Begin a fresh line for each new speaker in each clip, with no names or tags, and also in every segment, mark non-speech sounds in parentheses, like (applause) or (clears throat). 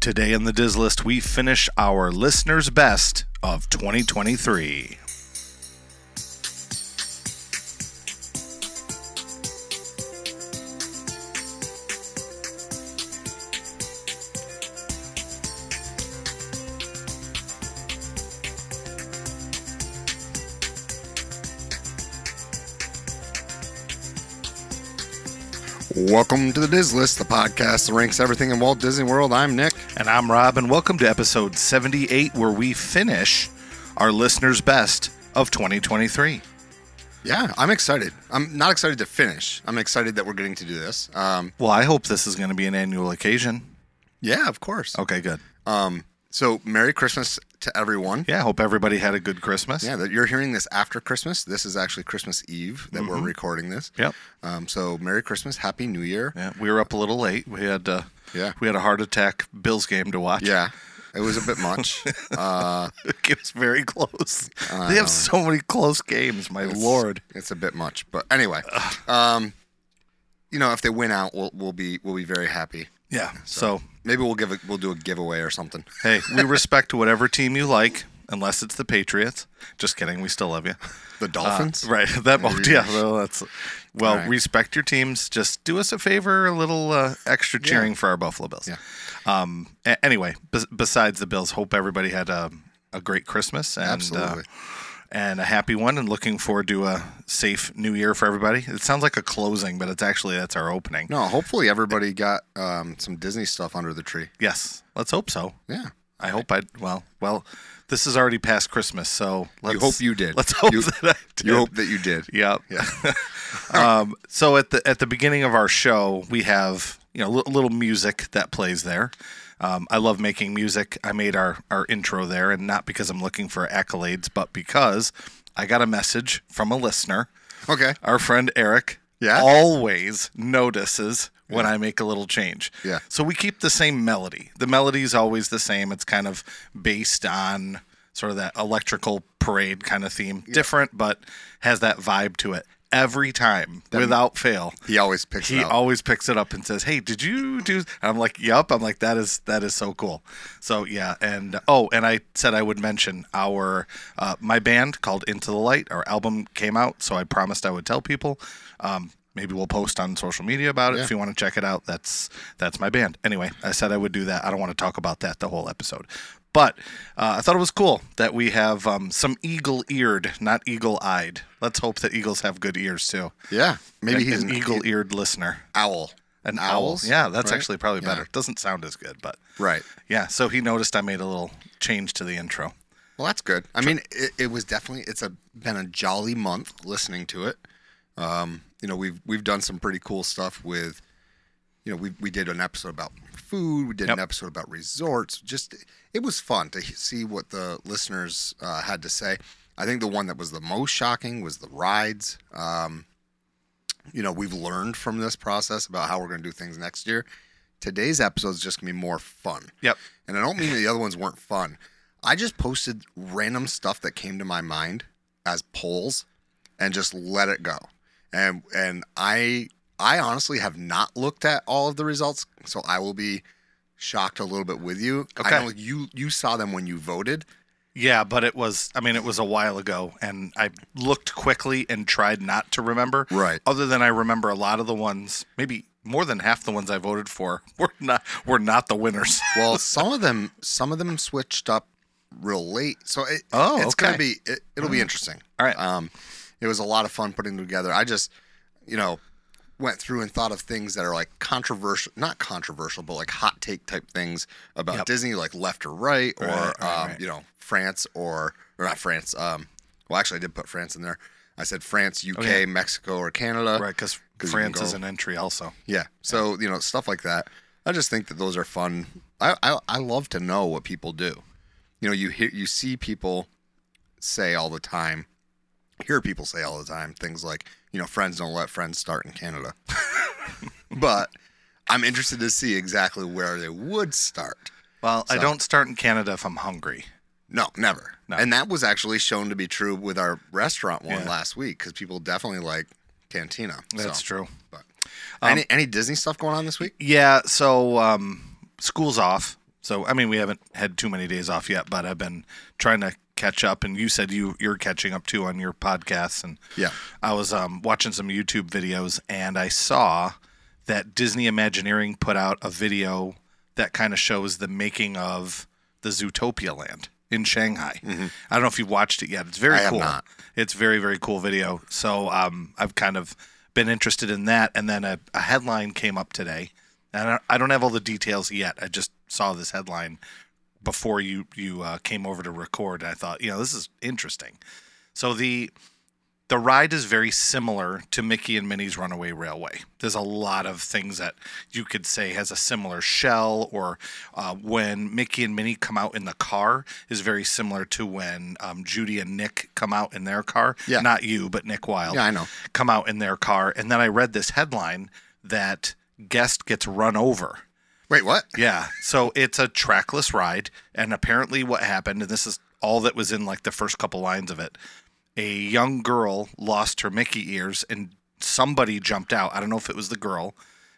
Today in the Diz List, we finish our listeners' best of 2023.
Welcome to the Diz List, the podcast that ranks everything in Walt Disney World. I'm Nick.
And I'm Rob, and welcome to episode 78, where we finish our listeners' best of 2023.
Yeah, I'm excited. I'm not excited to finish. I'm excited that we're getting to do this. Um,
Well, I hope this is going to be an annual occasion.
yeah, of course.
Okay, good.
Um, so, Merry Christmas to everyone.
Yeah, I hope everybody had a good Christmas.
Yeah, that you're hearing this after Christmas. This is actually Christmas Eve that we're recording this.
Yep.
Um, so, Merry Christmas, Happy New Year.
Yeah, we were up a little late. We had uh,
Yeah.
we had a heart attack Bills game to watch.
Yeah, it was a bit (laughs) much. uh,
(laughs) it was very close. they have so many close games, my lord.
It's a bit much, but anyway, um, you know, if they win out, we'll, we'll be we'll be very happy.
Yeah. So,
Maybe we'll give a, we'll do a giveaway or something.
hey, we respect whatever team you like, unless it's the Patriots. Just kidding, we still love you.
The
Uh,
Dolphins,
(laughs) right. That won't, yeah. Well, that's well.
Alright.
Respect your teams. Just do us a favor, a little uh, extra cheering for our Buffalo Bills.
Yeah.
Um. a- anyway, bes besides the Bills, hope everybody had a, a great Christmas and uh,
Absolutely.
and a happy one, and looking forward to a safe New Year for everybody. It sounds like a closing, but it's actually that's our opening.
No, hopefully everybody got um, some Disney stuff under the tree.
Yes. Let's hope so.
Yeah.
I hope I well well. This is already past Christmas, so let's
hope you did.
Let's hope
You-
that I did.
You hope that
(laughs)
you did.
Yep.
Yeah. (laughs)
um, so at the at the beginning of our show, we have you know a little music that plays there. Um, I love making music. I made our our intro there, and not because I'm looking for accolades, but because I got a message from a listener.
Okay.
(laughs) Our friend Eric
Yeah?
always notices when I make a little change.
Yeah.
So we keep the same melody. The melody is always the same. It's kind of based on sort of that electrical parade kind of theme. Different, but has that vibe to it every time without fail.
He always picks
He
it up.
always picks it up and says, "Hey, did you do?" And I'm like, "Yup." I'm like, "That is that is so cool." So yeah, and oh, and I said I would mention our uh, my band called Into the Light. Our album came out, so I promised I would tell people. Um, maybe we'll post on social media about it if you want to check it out. That's that's my band. Anyway, I said I would do that. I don't want to talk about that the whole episode. But uh, I thought it was cool that we have um, some eagle-eared, not eagle-eyed. Let's hope that eagles have good ears too.
yeah. Maybe
An-
he's e-,
an eagle-eared listener.
owl.
An owl. Yeah, that's
right?
actually probably
Yeah.
better. Doesn't sound as good, but
Right.
yeah. So he noticed I made a little change to the intro.
Well, that's good. I mean, it, it was definitely it's a been a jolly month listening to it. Um, you know, we've we've done some pretty cool stuff with, you know, we we did an episode about food. We did
Yep.
an episode about resorts. Just it was fun to he- see what the listeners uh, had to say. I think the one that was the most shocking was the rides. Um, you know, we've learned from this process about how we're going to do things next year. Today's episode is just going to be more fun.
Yep.
And I don't mean that the other ones weren't fun. I just posted random stuff that came to my mind as polls and just let it go. And and I I honestly have not looked at all of the results, so I will be shocked a little bit with you.
Okay.
I know you you saw them when you voted.
Yeah, but it was. I mean, it was a while ago, and I looked quickly and tried not to remember.
Right.
Other than I remember a lot of the ones, maybe more than half the ones I voted for (laughs) were not were not the winners.
Well, some of them some of them switched up real late, so it,
Oh,
it's
okay. Mm.
gonna be it, it'll be interesting.
All right.
Um, it was a lot of fun putting them together. I just, you know, went through and thought of things that are like controversial, not controversial, but like hot take type things about
Yep.
Disney, like left or right, or
Right, right,
um,
right.
you know, France or or not France. Um, well, actually, I did put France in there. I said France, UK,
yeah.
Mexico, or Canada.
(laughs) right, because
'Cause you can
France is
go-
an entry also.
Yeah. So you know stuff like that. I just think that those are fun. I I, I love to know what people do. You know, you hear you see people say all the time, hear people say all the time things like, you know, friends don't let friends start in Canada. (laughs) but I'm interested to see exactly where they would start.
Well, I don't start in Canada if I'm hungry.
No, never.
No.
And that was actually shown to be true with our restaurant one
Yeah.
last week because people definitely like Cantina.
That's Um,
so,
true.
But any any Disney stuff going on this week?
Yeah, so um, school's off. So I mean, we haven't had too many days off yet, but I've been trying to catch up. And you said you you're catching up too on your podcasts, and
Yeah.
I was um, watching some YouTube videos, and I saw that Disney Imagineering put out a video that kind of shows the making of the Zootopia Land in Shanghai. I don't know if you've watched it yet. It's very
Mm-hmm. I have
cool.
not.
It's very very cool video. So um, I've kind of been interested in that, and then a, a headline came up today, and I- I don't have all the details yet. I just saw this headline before you you uh, came over to record. I thought, you know, this is interesting. So the the ride is very similar to Mickey and Minnie's Runaway Railway. There's a lot of things that you could say has a similar shell, or uh, when Mickey and Minnie come out in the car is very similar to when um, Judy and Nick come out in their car.
Yeah.
Not you, but Nick Wilde
Yeah, I know.
come out in their car. And then I read this headline that guest gets run over.
Wait, what?
Yeah. So it's a trackless ride. And apparently, what happened, and this is all that was in like the first couple lines of it a young girl lost her Mickey ears and somebody jumped out. I don't know if it was the girl,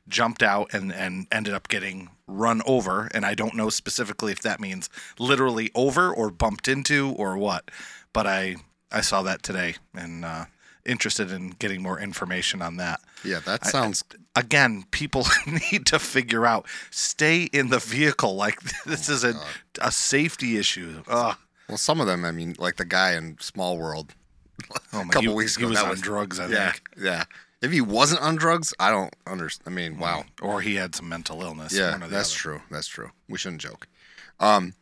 jumped out and, and ended up getting run over. And I don't know specifically if that means literally over or bumped into or what. But I, I saw that today and uh, interested in getting more information on that
Yeah, that sounds
again, people (laughs) need to figure out stay in the vehicle. Like (laughs)
Oh
this is a, a safety issue. Ugh.
well. Some of them, I mean, like the guy in Small World.
Oh
a couple
he-
weeks
he
ago,
was
that
on
was-
drugs. I
yeah,
think,
yeah. If he wasn't on drugs, I don't understand. I mean, wow.
or he had some mental illness.
Yeah,
one or the
that's
other.
true. That's true. We shouldn't joke. Um,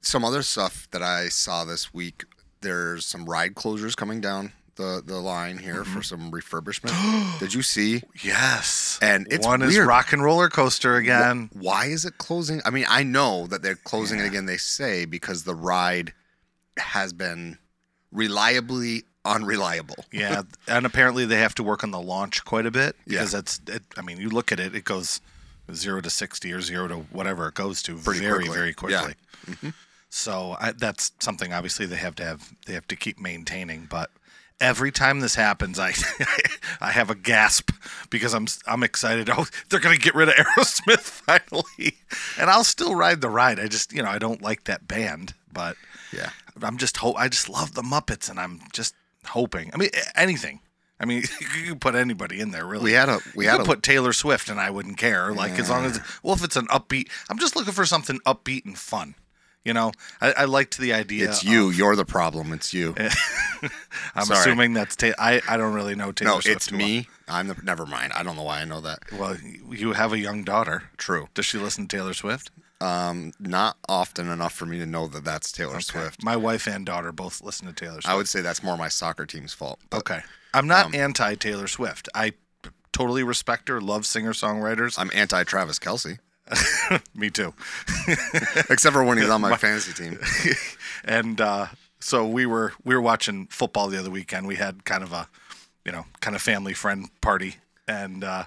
some other stuff that I saw this week. There's some ride closures coming down the the line here
Mm-hmm.
for
(gasps)
some refurbishment. Did you see?
Yes,
And it's
one is
weird.
rock and roller coaster again.
Why is it closing? I mean, I know that they're closing it again. They say because the ride has been reliably unreliable.
yeah, and apparently they have to work on the launch quite a bit because that's. It, I mean, you look at it; it goes zero to sixty or zero to whatever it goes to
Pretty
very,
quickly.
very
Yeah. Mm-hmm.
quickly. So I, that's something obviously they have to have. They have to keep maintaining, but. Every time this happens, I (laughs) I have a gasp because I'm I'm excited. Oh, they're gonna get rid of Aerosmith (laughs) finally, and I'll still ride the ride. I just you know I don't like that band, but
Yeah.
I'm just hope I just love the Muppets, and I'm just hoping. I mean, a- anything. I mean, (laughs) you could put anybody in there, really.
We had a we
you
had
could
a
put Taylor Swift, and I wouldn't care. Like as long as well, if it's an upbeat, I'm just looking for something upbeat and fun. You know, I, I liked the idea.
It's you. You're the problem. It's you.
I'm
sorry.
assuming that's Taylor. I I don't really know
(laughs)
Taylor
No,
Swift.
it's
too well.
me. I'm the. Never mind. I don't know why I know that.
Well, you have a young daughter.
True.
Does she listen to Taylor Swift?
Um, not often enough for me to know that that's Taylor Swift.
My wife and daughter both listen to Taylor Swift.
I would say that's more my soccer team's fault. But um,
okay, I'm not anti Taylor Swift. I totally respect her. Love singer songwriters.
I'm anti Travis Kelsey,
Me too.
(laughs) except for when he's on (laughs) my fantasy team.
(laughs) and uh, so we were we were watching football the other weekend. We had kind of a you know kind of family friend party, and uh,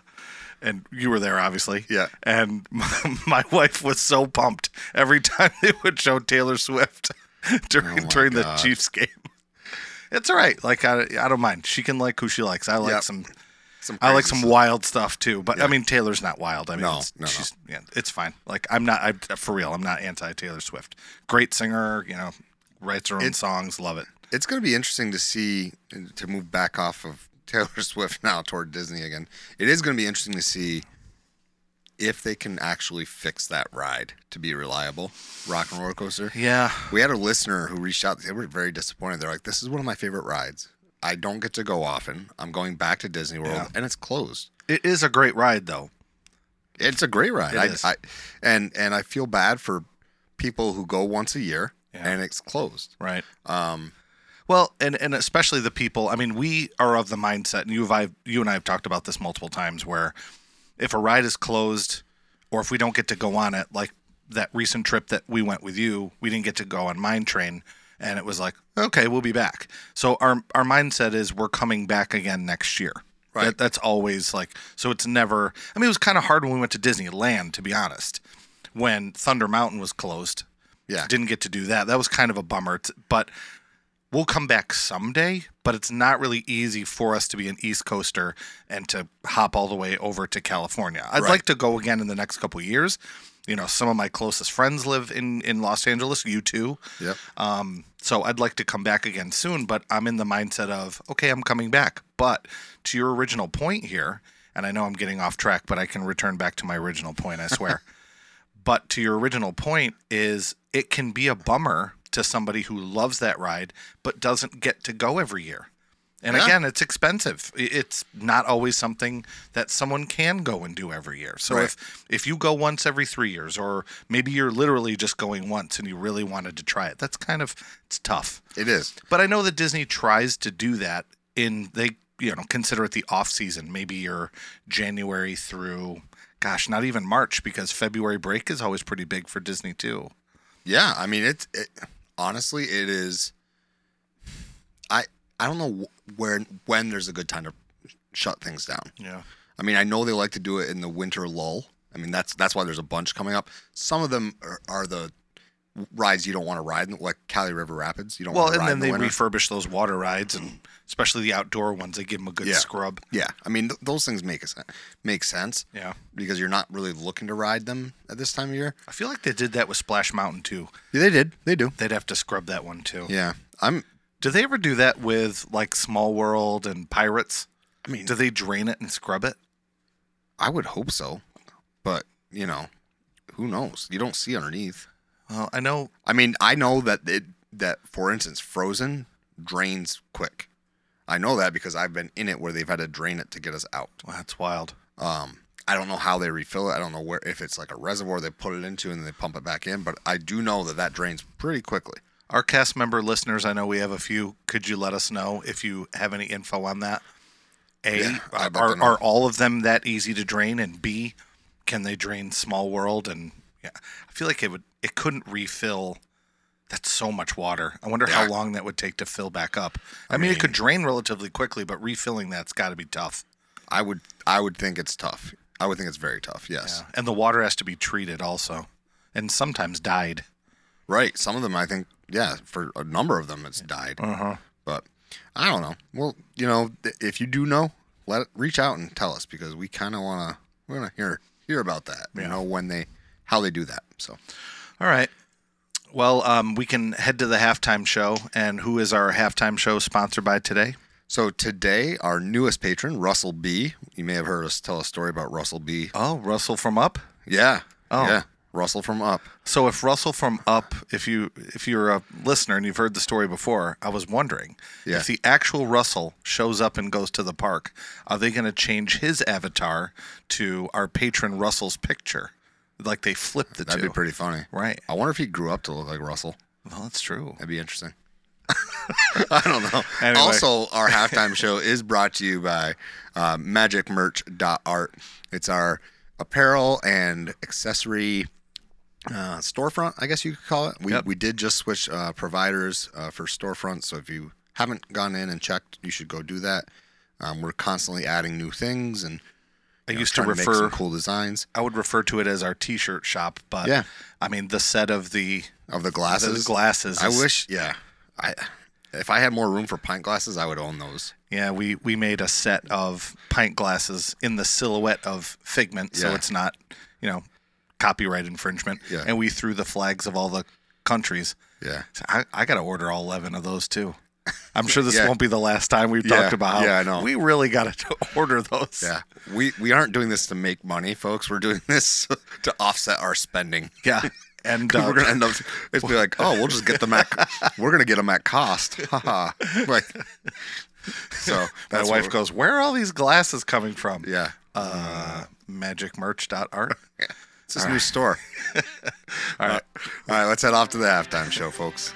and you were there obviously.
Yeah.
And (laughs) my, my wife was so pumped every (laughs) time they would show Taylor Swift (laughs) during
Oh my
during
God.
the Chiefs game. It's all right. Like I, I don't mind. She can like who she likes. I like
Yep.
some
Some
I like
crazy
some
stuff.
wild stuff too, but I mean Taylor's not wild. I mean,
No,
it's,
no, no.
she's yeah, it's fine. Like I'm not I, for real. I'm not anti Taylor Swift. Great singer, you know, writes her own songs. Love it.
It's going to be interesting to see to move back off of (laughs) Taylor Swift now toward Disney again. It is going to be interesting to see if they can actually fix that ride to be reliable. Rock and roller coaster.
Yeah,
We had a listener who reached out. They were very disappointed. They're like, "This is one of my favorite rides. I don't get to go often. I'm going back to Disney World,
Yeah.
and it's closed.
it is a great ride though.
It's a great ride.
It
I,
is.
I- and and I feel bad for people who go once a year
Yeah.
and it's closed.
Right.
Um,
Well, and and especially the people. I mean, we are of the mindset, and you've I you and I have talked about this multiple times, where if a ride is closed, or if we don't get to go on it, like that recent trip that we went with you, we didn't get to go on Mine Train, and it was like, okay, we'll be back. So our our mindset is we're coming back again next year.
Right.
That, that's always like so. It's never. I mean, it was kind of hard when we went to Disneyland, to be honest, when Thunder Mountain was closed.
Yeah.
Didn't get to do that. That was kind of a bummer. It's- But we'll come back someday, but it's not really easy for us to be an East Coaster and to hop all the way over to California. I'd
Right.
like to go again in the next couple of years. You know, some of my closest friends live in in Los Angeles. You too.
Yep.
Um, so I'd like to come back again soon, but I'm in the mindset of, okay, I'm coming back. But to your original point here, and I know I'm getting off track, but I can return back to my original point, I swear. but to your original point is it can be a bummer to somebody who loves that ride but doesn't get to go every year. And
Yeah.
again, it's expensive. I- It's not always something that someone can go and do every year. So
Right.
if if you go once every 3 years or maybe you're literally just going once and you really wanted to try it, that's kind of it's tough.
It is.
But I know that Disney tries to do that in they you know consider it the off season, maybe your January through gosh, not even March because February break is always pretty big for Disney too.
Yeah, I mean it's it, honestly it is. I I don't know wh- where when there's a good time to shut things down.
Yeah.
I mean I know they like to do it in the winter lull. I mean that's that's why there's a bunch coming up. Some of them are, are the rides you don't want to ride, like Cali River Rapids. You don't
Well,
want to
and
ride
then
in the
they
winter.
refurbish those water rides and especially the outdoor ones, they give them a good
Yeah.
scrub.
yeah, I mean th- those things make a sen- make sense
Yeah.
because you're not really looking to ride them at this time of year.
I feel like they did that with Splash Mountain too.
Yeah, they did, they do.
They'd have to scrub that one too.
Yeah, I'm.
Do they ever do that with like Small World and Pirates?
I mean,
Do they drain it and scrub it?
I would hope so, but you know, who knows? You don't see underneath.
Well, I know
I mean, I know that it that for instance, Frozen drains quick. I know that because I've been in it where they've had to drain it to get us out.
well, that's wild.
Um, I don't know how they refill it. I don't know where if it's like a reservoir they put it into and they pump it back in, but I do know that that drains pretty quickly.
Our cast member listeners, I know we have a few. Could you let us know if you have any info on that? A,
Yeah, I'd like to
are,
know.
are all of them that easy to drain? And B, can they drain Small World? And yeah, I feel like it would. It couldn't refill. That's so much water. I wonder how
Yeah.
long that would take to fill back up. I, mean, it could drain relatively quickly, but refilling that's got to be tough.
I would I would think it's tough. I would think it's very tough. Yes.
And the water has to be treated also, and sometimes dyed.
Right. Some of them, I think, yeah, for a number of them, it's died.
Uh-huh.
But I don't know. Well, you know, th- if you do know, let reach out and tell us because we kind of want to. We want to hear hear about that. You know when they how they do that. So
All right. Well, um, we can head to the halftime show. And who is our halftime show sponsored by today?
so today, our newest patron, Russell B. You may have heard us tell a story about Russell B.
Oh, Russell from Up.
Yeah.
Oh.
Yeah. Russell from Up.
So if Russell from Up, if you if you're a listener and you've heard the story before, I was wondering
Yeah.
if the actual Russell shows up and goes to the park, are they going to change his avatar to our patron Russell's picture? Like they flip the
That'd
two.
be pretty funny.
right.
I wonder if he grew up to look like Russell.
Well, that's true.
That'd be interesting. (laughs) I don't know.
(laughs) Anyway.
Also, our halftime show is brought to you by uh, magicmerch.art. It's our apparel and accessory uh, storefront, I guess you could call it. We,
Yep.
we did just switch uh, providers uh, for storefronts. So if you haven't gone in and checked, you should go do that. Um, we're constantly adding new things and
I used to
trying to make
refer.
some cool designs
I would refer to it as our T-shirt shop, but
Yeah.
I mean the set of the
of the
the
glasses.
glasses.
I
is-
wish, yeah. I If I had more room for pint glasses, I would own those.
Yeah, we we made a set of pint glasses in the silhouette of Figment, so
Yeah.
it's not, you know, copyright infringement.
Yeah.
And we threw the flags of all the countries.
Yeah.
So I, I got to order all eleven of those too. I'm sure this
Yeah.
won't be the last time we've
Yeah,
talked about how
yeah, I know.
we really got to (laughs) order those.
Yeah, we we aren't doing this to make money, folks. We're doing this (laughs) to offset our spending.
(laughs) yeah. And uh,
(laughs) We're gonna end up. It's be like, oh, we'll just get them (laughs) at. We're gonna get them at cost. Haha. like, so
my
that's
wife
what-
goes, "Where are all these glasses coming from?"
Yeah,
Uh, magicmerch.art.
it's this new (laughs) store. Uh,
All right.
All right, let's head off to the halftime show, folks.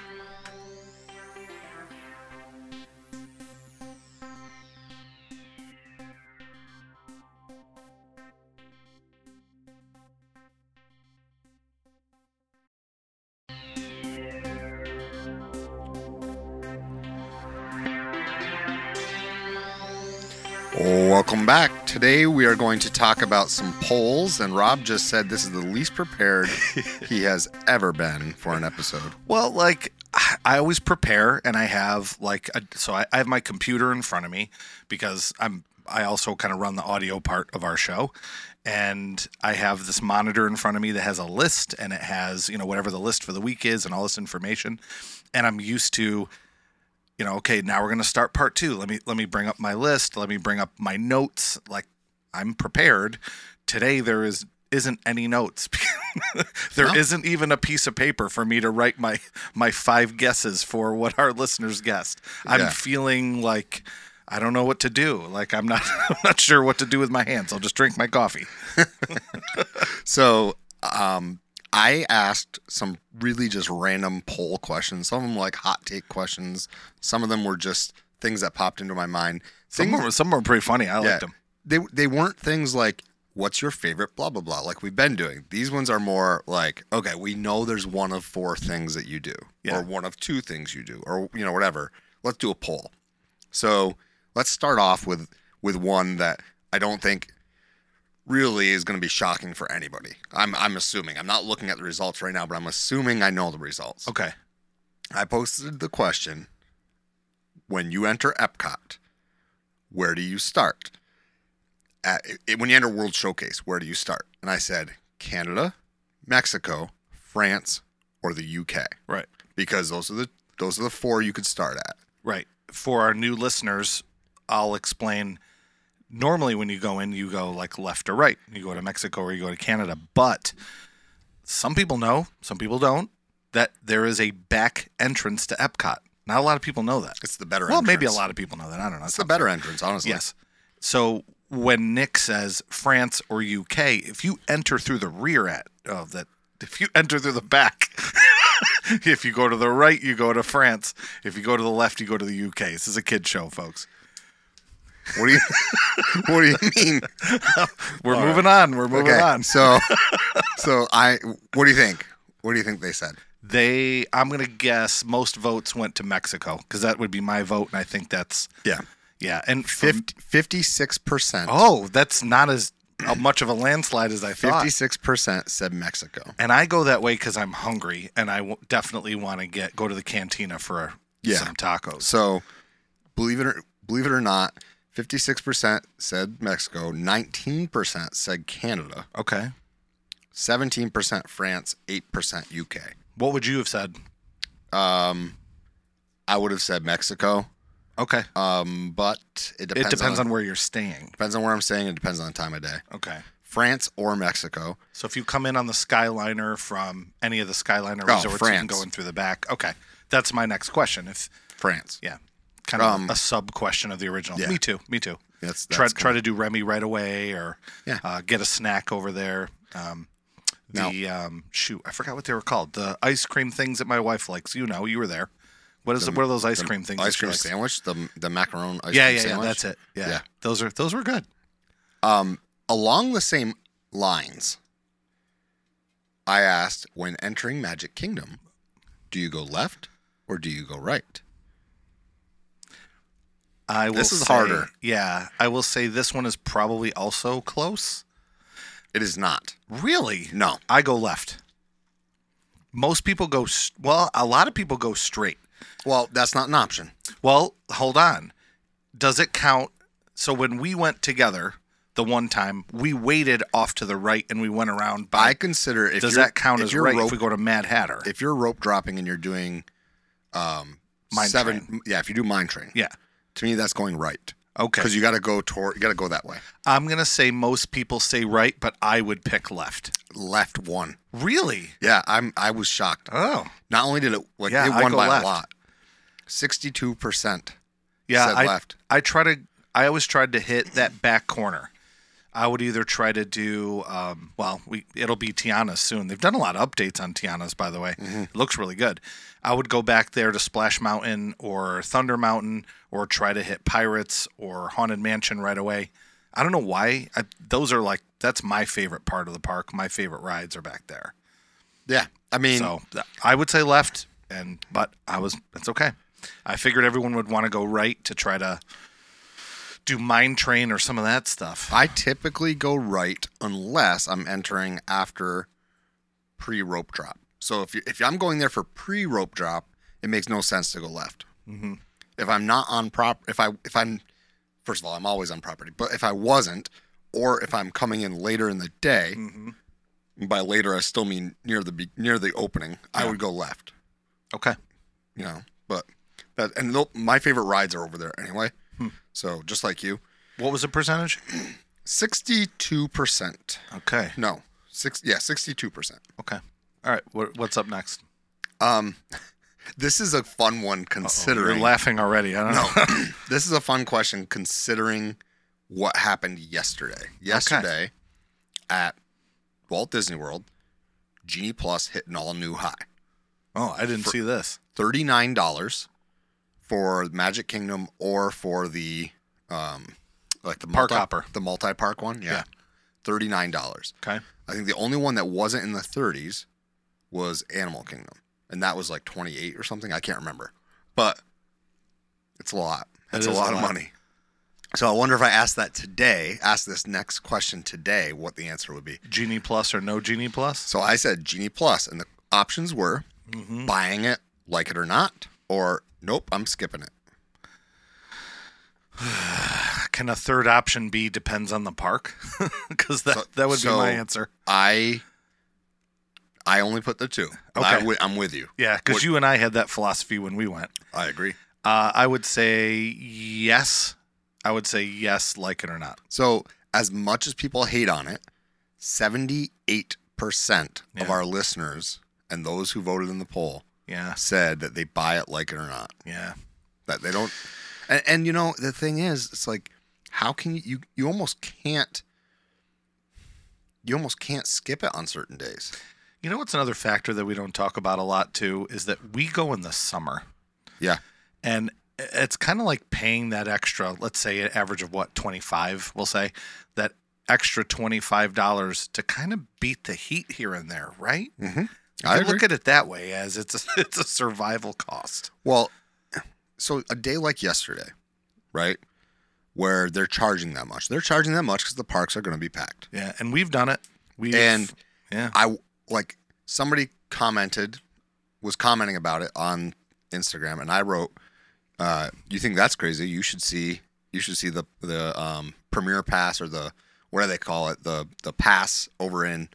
Welcome back. Today we are going to talk about some polls, and Rob just said this is the least (laughs) prepared he has ever been for an episode.
Well, like I always prepare, and I have like a, so I, I have my computer in front of me because I'm I also kind of run the audio part of our show. And I have this monitor in front of me that has a list and it has, you know, whatever the list for the week is and all this information. And I'm used to, you know, okay, now we're going to start part 2. Let me let me bring up my list, let me bring up my notes like I'm prepared. Today there is isn't any notes. (laughs) there
No.
not even a piece of paper for me to write my my five guesses for what our listeners guessed. I'm
Yeah.
feeling like I don't know what to do. Like I'm not (laughs) I'm not sure what to do with my hands. I'll just drink my coffee.
So um, I asked some really just random poll questions. Some of them like hot take questions. Some of them were just things that popped into my mind.
Some
Things-
were some were pretty funny. I liked
yeah,
them.
They they weren't things like what's your favorite blah blah blah like we've been doing. These ones are more like okay, we know there's one of four things that you do,
Yeah.
or one of two things you do, or you know whatever. Let's do a poll. So let's start off with with one that I don't think really is going to be shocking for anybody. I'm I'm assuming. I'm not looking at the results right now, but I'm assuming I know the results.
Okay.
I posted the question when you enter Epcot, where do you start? At, it- when you enter World Showcase, where do you start? And I said Canada, Mexico, France, or the UK
Right.
because those are the those are the four you could start at.
Right. For our new listeners, I'll explain. Normally, when you go in, you go like left or right. You go to Mexico or you go to Canada. But some people know, some people don't, that there is a back entrance to Epcot. Not a lot of people know that.
It's the better.
well,
entrance.
maybe a lot of people know that. I don't know.
It's the better entrance, honestly.
Yes. So when Nick says France or UK, if you enter through the rear at of that, if you enter through the back, (laughs) if you go to the right, you go to France. If you go to the left, you go to the UK. This is a kid show, folks.
What do you (laughs) What do you mean?
We're moving on. We're (laughs) moving on.
So, so I. What do you think? What do you think they said?
They, I'm gonna guess most votes went to Mexico because that would be my vote, and I think that's
Yeah,
yeah. And for-
56 percent.
oh, that's not as uh, much of a landslide as I thought.
Fifty-six percent said Mexico.
and I go that way because I'm hungry, and I w- definitely want to get go to the cantina for
Yeah.
some tacos.
So, believe it or believe it or not, fifty-six percent said Mexico. Nineteen percent said Canada.
Okay,
Seventeen percent France. Eight percent UK.
what would you have said?
Um, I would have said Mexico.
Okay,
Um, but it
it
depends.
depends
on,
on where you're staying.
depends on where I'm staying. It depends on the time of day.
Okay,
France or Mexico.
so if you come in on the Skyliner from any of the Skyliner
Oh,
resorts, you can
France.
go in through the back. Okay, that's my next question. If
France.
yeah, kind of
Um,
a sub question of the original.
yeah.
Me too. Me too.
That's, that's
try
kinda-
try to do Remy right away, or
Yeah.
uh, get a snack over there. Um, the um, shoot, I forgot what they were called. The ice cream things that my wife likes. You know, you were there. What is the, what are those ice cream things? that
ice
she
cream
likes?
sandwich. The the macaron
Yeah,
ice cream
yeah, yeah.
sandwich.
That's it. Yeah.
Yeah.
those are those were good.
Um, along the same lines, I asked when entering Magic Kingdom, do you go left or do you go right?
I will
This is
say-
harder.
Yeah, I will say this one is probably also close.
It is not.
Really,
No.
I go left. Most people go s- well. A lot of people go straight.
Well, that's not an option.
Well, hold on. Does it count? So when we went together the one time, we waited off to the right and we went around by.
I consider if
Does
you're-
that count
if
as
you're
right
rope,
if we go to Mad Hatter?
if you're rope dropping and you're doing um
Mine
seven yeah, if you do mine train.
yeah.
To me that's going right.
Okay.
Because you gotta go toward you gotta go that way.
I'm gonna say most people say right, but I would pick left.
Left one.
Really?
Yeah, I'm I was shocked.
Oh.
Not only did it like
Yeah,
it
I
won
go
by
left.
a lot. Sixty two percent.
Yeah.
Said
I,
left.
I try to. I always tried to hit that back corner. I would either try to do um, well. We it'll be Tiana's soon. They've done a lot of updates on Tiana's, by the way.
Mm-hmm.
It looks really good. I would go back there to Splash Mountain or Thunder Mountain, or try to hit Pirates or Haunted Mansion right away. I don't know why. I, those are like that's my favorite part of the park. My favorite rides are back there.
Yeah. I mean
So th- I would say left, and but I was that's okay. I figured everyone would want to go right to try to do mine train or some of that stuff.
I typically go right unless I'm entering after pre rope drop. So if you, if I'm going there for pre rope
Mm-hmm.
drop, it makes no sense to go left. If I'm not on prop, if I if I'm first of all, I'm always on property. But if I wasn't, or if I'm coming in later in the day,
Mm-hmm.
and by later I still mean near the be- near the opening, I
Yeah.
would go left.
Okay.
You know, but that and tho- my favorite rides are over there anyway.
Hmm.
So just like you,
What was the percentage?
sixty-two percent.
Okay.
No, six. Yeah, sixty-two percent.
Okay. All right. What, what's up next?
Um, this is a fun one
You're
considering.
laughing already. I don't know.
this is a fun question considering what happened yesterday. Yesterday at Walt Disney World, Genie Plus hit an all new high.
(laughs) Oh, I didn't see this.
$39 for Magic Kingdom or for the um like the
Park
multi-
Hopper.
the multi-park one. Yeah.
Yeah.
$39.
Okay.
I think the only one that wasn't in the 30s was Animal Kingdom. And that was like 28 or something. I can't remember. But it's a lot.
That
It's a
is
lot of money. So I wonder if I asked that today, asked this next question today, what the answer would be.
Genie Plus or no Genie Plus?
So I said Genie Plus, and the options were
Mm-hmm.
buying it, like it or not, or nope, I'm skipping it.
Can a third option be depends on the park? (laughs) Because that,
So-
that would be
so-
my answer.
I I only put the two. But I
Okay.
wi- I'm with you.
Yeah, because
What-
you and I had that philosophy when we went.
I agree.
Uh, I would say yes. I would say yes, like it or not.
So, as much as people hate on it, 78% of
Yeah.
our listeners and those who voted in the poll
Yeah,
said that they buy it, like it or not.
yeah.
That they don't. And, and you know, the thing is, it's like, how can you, you, you almost can't, you almost can't skip it on certain days.
You know what's another factor that we don't talk about a lot too is that we go in the summer.
Yeah.
and it's kind of like paying that extra let's say an average of what 25 we'll say that extra $25 to kind of beat the heat here and there right
I
You
agree.
look at it that way as it's a, (laughs) it's a survival cost
Well, so a day like yesterday, right? Where they're charging that much. They're charging that much because the parks are going to be packed.
yeah and we've done it we
And-
yeah
I like somebody commented, was commenting about it on Instagram, and I wrote, uh, "You think that's crazy? You should see, you should see the the um, premier pass or the what do they call it? The the pass over in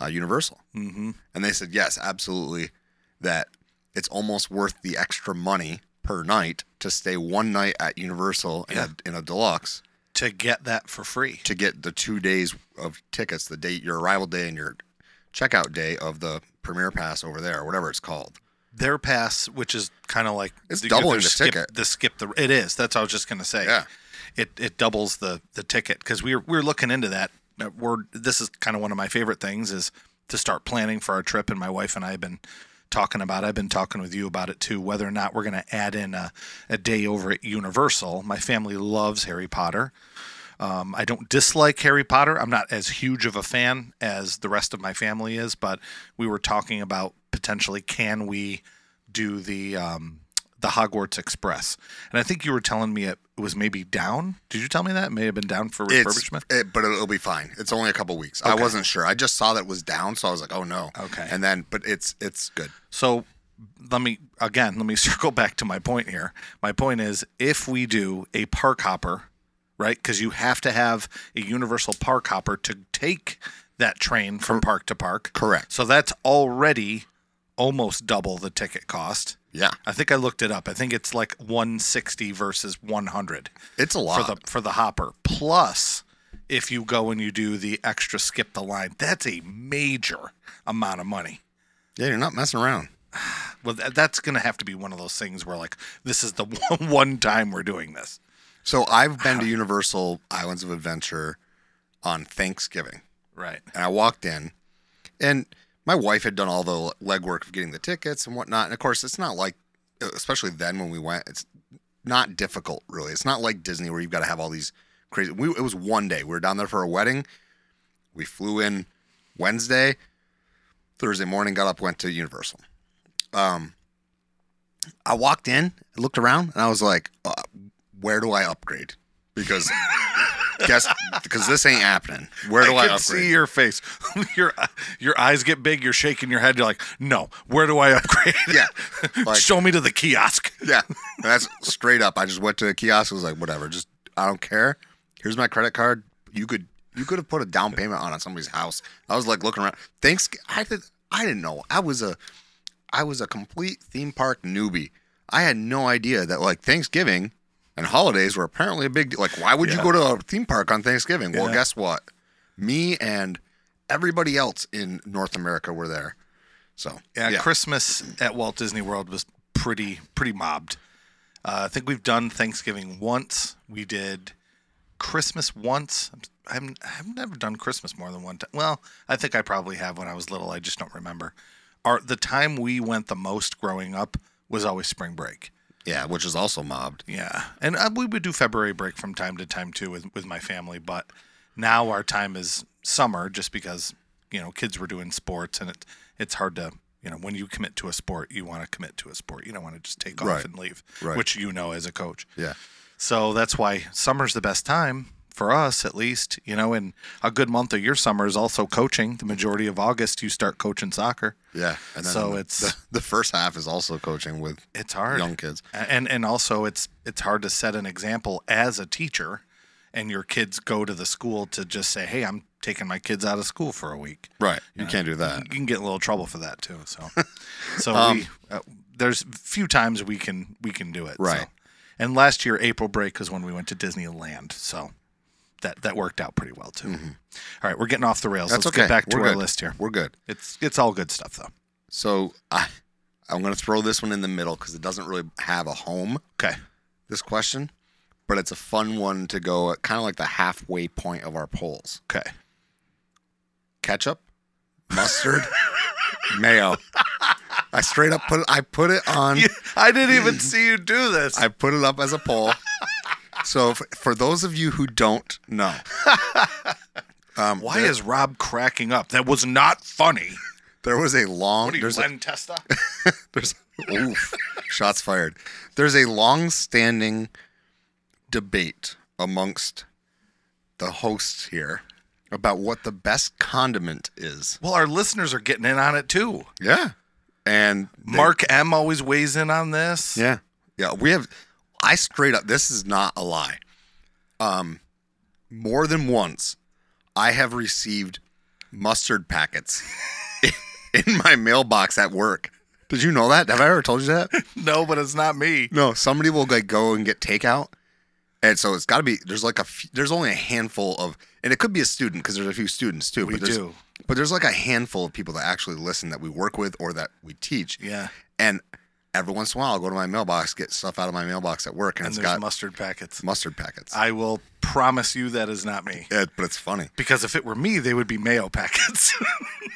uh, Universal."
mm-hmm.
And they said, "Yes, absolutely. That it's almost worth the extra money per night to stay one night at Universal
Yeah.
in, a, in a deluxe."
to get that for free
to get the two days of tickets, the date your arrival day and your checkout day of the premier pass over there, whatever it's called.
their pass which is kind of like
It's
the-
doubling
their
the
skip,
ticket.
the skip the it is that's what i was just going to say
Yeah.
it it doubles the the ticket because we were we were looking into that. Uh, We're this is kind of one of my favorite things is to start planning for our trip, and my wife and I have been talking about. I've been talking with you about it too, whether or not we're going to add in a a day over at Universal. My family loves Harry Potter. Um, I don't dislike Harry Potter. I'm not as huge of a fan as the rest of my family is, but we were talking about potentially can we do the um, the Hogwarts Express? And I think you were telling me it was maybe down. Did you tell me that? It may have been down for
It's,
refurbishment.
it, but it'll be fine. It's only a couple weeks. I
Okay.
wasn't sure. I just saw that it was down, so I was like, "Oh no."
Okay.
And then, but it's it's good.
So let me again, let me (laughs) circle back to my point here. My point is if we do a park hopper, right? Cuz you have to have a universal park hopper to take that train from park to park.
Correct.
So that's already almost double the ticket cost.
Yeah,
I think I looked it up. I think it's like 160 versus 100
it's a lot.
for the for the hopper. Plus, if you go and you do the extra skip the line, that's a major amount of money.
yeah, you're not messing around.
Well, th- that's going to have to be one of those things where like this is the (laughs) one, one time we're doing this.
So I've been
(sighs)
to Universal Islands of Adventure on Thanksgiving.
Right.
and I walked in, and my wife had done all the legwork of getting the tickets and whatnot. And of course, it's not like, especially then when we went, it's not difficult really. It's not like Disney where you've got to have all these crazy. We, it was one day. We were down there for a wedding. We flew in Wednesday, Thursday morning, got up, went to Universal. Um, I walked in, looked around, and I was like, uh, "Where do I upgrade?" Because guess because this ain't happening. Where do I,
I can
upgrade?
see your face. (laughs) your your eyes get big. You're shaking your head. You're like, no. Where do I (laughs) upgrade?
(laughs) Yeah. Like,
Show me to the kiosk.
(laughs) yeah. And that's straight up. I just went to a kiosk. was like, whatever, just I don't care. Here's my credit card. You could you could have put a down payment on somebody's house. I was like looking around. Thanks. I did. I didn't know. I was a I was a complete theme park newbie. I had no idea that like Thanksgiving and holidays were apparently a big deal. Like, why would
Yeah.
you go to a theme park on Thanksgiving? Well,
Yeah.
guess what? Me and everybody else in North America were there. So
Yeah, Christmas at Walt Disney World was pretty pretty mobbed. Uh, I think we've done Thanksgiving once. We did Christmas once. I'm, I've never done Christmas more than one time. Well, I think I probably have when I was little. I just don't remember. Our, the time we went the most growing up was always spring break.
yeah, which is also mobbed.
Yeah, and uh, we would do February break from time to time too with with my family, but now our time is summer just because you know kids were doing sports and it it's hard to you know when you commit to a sport you want to commit to a sport you don't want to just take off
Right.
and leave
Right.
which you know as a coach
Yeah.
so that's why summer's the best time for us at least you know and a good month of your summer is also coaching the majority of August you start coaching soccer
Yeah. And
So
the-
it's-
the, the first half is also coaching with
it's hard
young kids.
and and also it's it's hard to set an example as a teacher and your kids go to the school to just say hey i'm taking my kids out of school for a week
Right. You can't do that. Um,
you can get in a little trouble for that too
(laughs)
so so we, uh, there's few times we can we can do it so.
Right.
and last year april break was when we went to disneyland so that that worked out pretty well too All right we're getting off the rails
Mm-hmm. That's
let's
okay.
get back to
We're
our
good.
list here
We're good.
it's it's all good stuff though
So I I'm gonna throw this one in the middle because it doesn't really have a home.
okay
This question, but it's a fun one to go at kind of like the halfway point of our polls.
okay (laughs)
ketchup,
(laughs)
mustard, mayo. I straight up put I put it on.
i didn't even see you do this
I put it up as a poll. So f- for those of you who don't know, um,
Why
there,
is Rob cracking up? That was not (laughs) funny.
there was a long
What are you,
there's a-
Len Testa?
There's (laughs) oof, shots fired. There's a long-standing debate amongst the hosts here about what the best condiment is.
(laughs) well, our listeners are getting in on it too.
Yeah, and they-
Mark M always weighs in on this.
Yeah, yeah. We have. I straight up. This is not a lie. Um, more than once, I have received mustard packets (laughs) in, in my mailbox at work. Did you know that? Have I ever told you that?
(laughs) No, but it's not me.
No, somebody will like go and get takeout, and so it's got to be. There's like a f- there's only a handful of, and it could be a student because there's a few students too.
We
but there's,
do.
but there's like a handful of people that actually listen that we work with or that we teach.
Yeah.
and every once in a while I'll go to my mailbox, get stuff out of my mailbox at work, and,
And
it's
there's Ah.
got
mustard packets.
mustard packets.
I will promise you that is not me.
Yeah, but it's funny.
Because if it were me, they would be mayo packets. (laughs)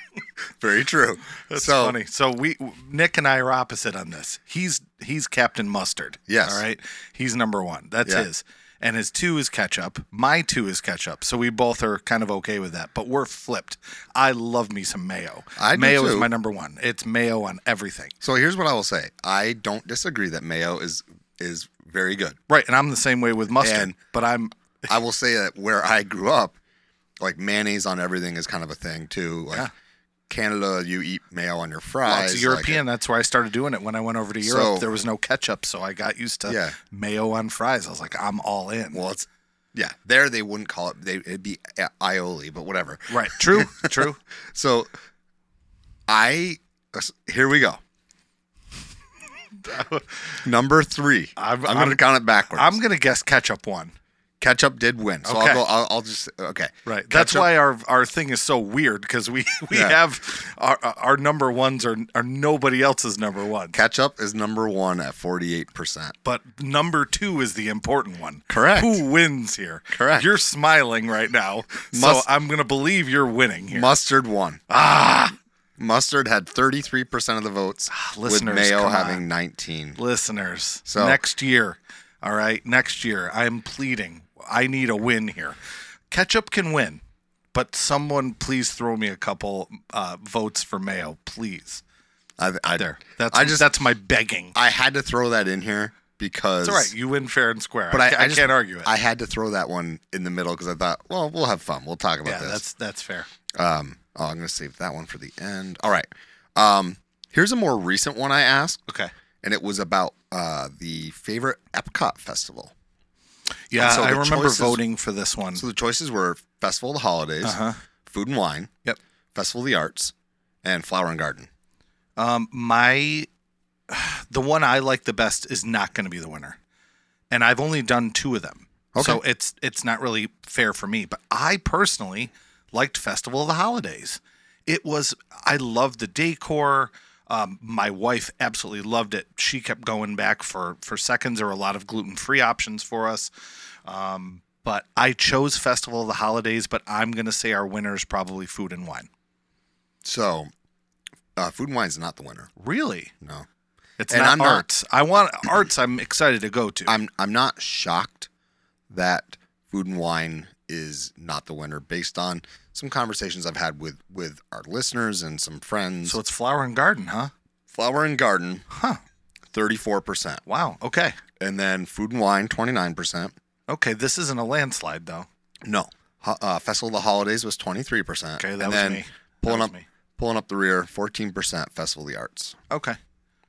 Very true.
That's
so
funny. So we Nick and I are opposite on this. He's he's Captain Mustard.
Yes.
All right. He's number one. That's
Yeah.
his. And his two is ketchup. My two is ketchup. So we both are kind of okay with that. But we're flipped. I love me some mayo.
I do
mayo is
too.
my number one. It's mayo on everything.
so here's what I will say. I don't disagree that mayo is is very good.
Right. And I'm the same way with mustard.
And-
but I'm
I will say that where I grew up, like mayonnaise on everything is kind of a thing too. Like
Yeah.
Canada, you eat mayo on your fries.
well, it's
like
European. That's where I started doing it. When I went over to Europe,
So-
there was no ketchup, so I got used to
Yeah.
mayo on fries. I was like, I'm all in.
it- well, it's yeah. There they wouldn't call it. They, it'd be a- aioli, but whatever.
right.
(laughs)
True. True.
So I here we
(laughs)
go. Number three.
I'm-
going
I'm-
to count it backwards.
I'm gonna guess ketchup one.
ketchup did win, so
Okay.
I'll go. I'll, I'll just okay.
Right. That's
Ketchup-
why our our thing is so weird because we (laughs) we
Yeah.
have our our number ones are are nobody else's number one.
ketchup is number one at forty eight percent.
But number two is the important one.
Correct.
Who wins here?
Correct.
You're smiling right now,
Must-
so I'm gonna believe you're winning here.
Mustard won. Ah, mustard had thirty three percent of the votes, with
Ah, listeners,
mayo
come
having nineteen.
Listeners,
So-
next year, all right, next year, I am pleading. I need a win here. Ketchup can win, but someone please throw me a couple uh, votes for mayo, please.
I, I,
There. That's
I just
that's my begging.
I had to throw that in here because
It's all right. You win fair and square.
But
I,
I,
ca- I
just-
can't argue it.
I had to throw that one in the middle because I thought, well, we'll have fun. We'll talk about
yeah,
this.
that's that's fair.
Um, oh, I'm gonna save that one for the end. All right. Um, here's a more recent one I asked,
Okay.
and it was about uh, the favorite Epcot festival.
Yeah,
so
I
the
remember
choices-
voting for this one.
So the choices were Festival of the Holidays,
Uh-huh.
Food and Wine,
Yep.
Festival of the Arts, and Flower and Garden.
Um, my (sighs) the one I like the best is not going to be the winner, and I've only done two of them, so it's it's not really fair for me. But I personally liked Festival of the Holidays. It was I loved the decor. Um, my wife absolutely loved it. She kept going back for for seconds. There were a lot of gluten free options for us. Um, but I chose Festival of the Holidays, but I'm going to say our winner is probably Food and Wine.
So uh, Food and Wine's not the winner.
Really?
No.
It's
And
not
I'm not-
arts. I want (clears throat) arts. I'm excited to go to.
I'm I'm not shocked that Food and Wine is not the winner based on some conversations I've had with with our listeners and some friends.
so it's flower and garden, huh?
Flower and Garden,
Huh.
34%,
Wow. Okay.
and then Food and Wine 29%.
Okay. This isn't a landslide though.
No. Ho- Uh, Festival of the Holidays was 23%.
Okay, that
and
was
then
me.
Pulling
That was
up
me.
pulling up the rear, 14% Festival of the Arts.
Okay.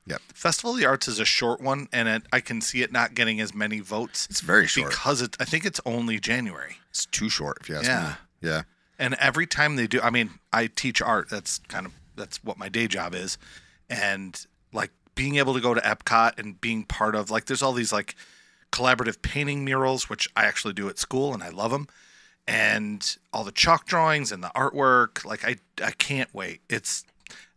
Yep.
Festival of the Arts is a short one, and it, I can see it not getting as many votes
It's very short.
because it. I think it's only January.
it's too short if you ask
Yeah.
me. Yeah.
And every time they do, I mean, I teach art. That's kind of that's what my day job is, and like being able to go to Epcot and being part of like there's all these like collaborative painting murals which I actually do at school and I love them, and all the chalk drawings and the artwork. Like I I can't wait. It's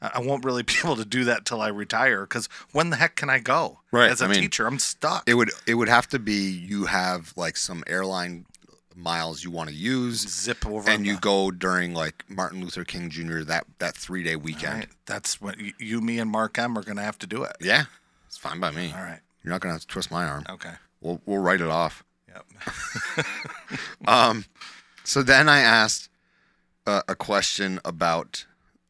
I I won't really (laughs) be able to do that till I retire because when the heck can I go?
Right,
As a
I mean,
teacher, I'm stuck.
It would it would have to be you have like some airline miles you want to use
Zip over
and
the-
you go during like Martin Luther King Jr. that that 3-day
All
weekend.
right, that's what you, you, me, and Mark M are gonna have to do it.
Yeah. It's fine by me.
All right.
You're not going to have to twist my arm.
Okay.
We'll we'll write it off.
Yep.
Um, so then I asked uh, a question about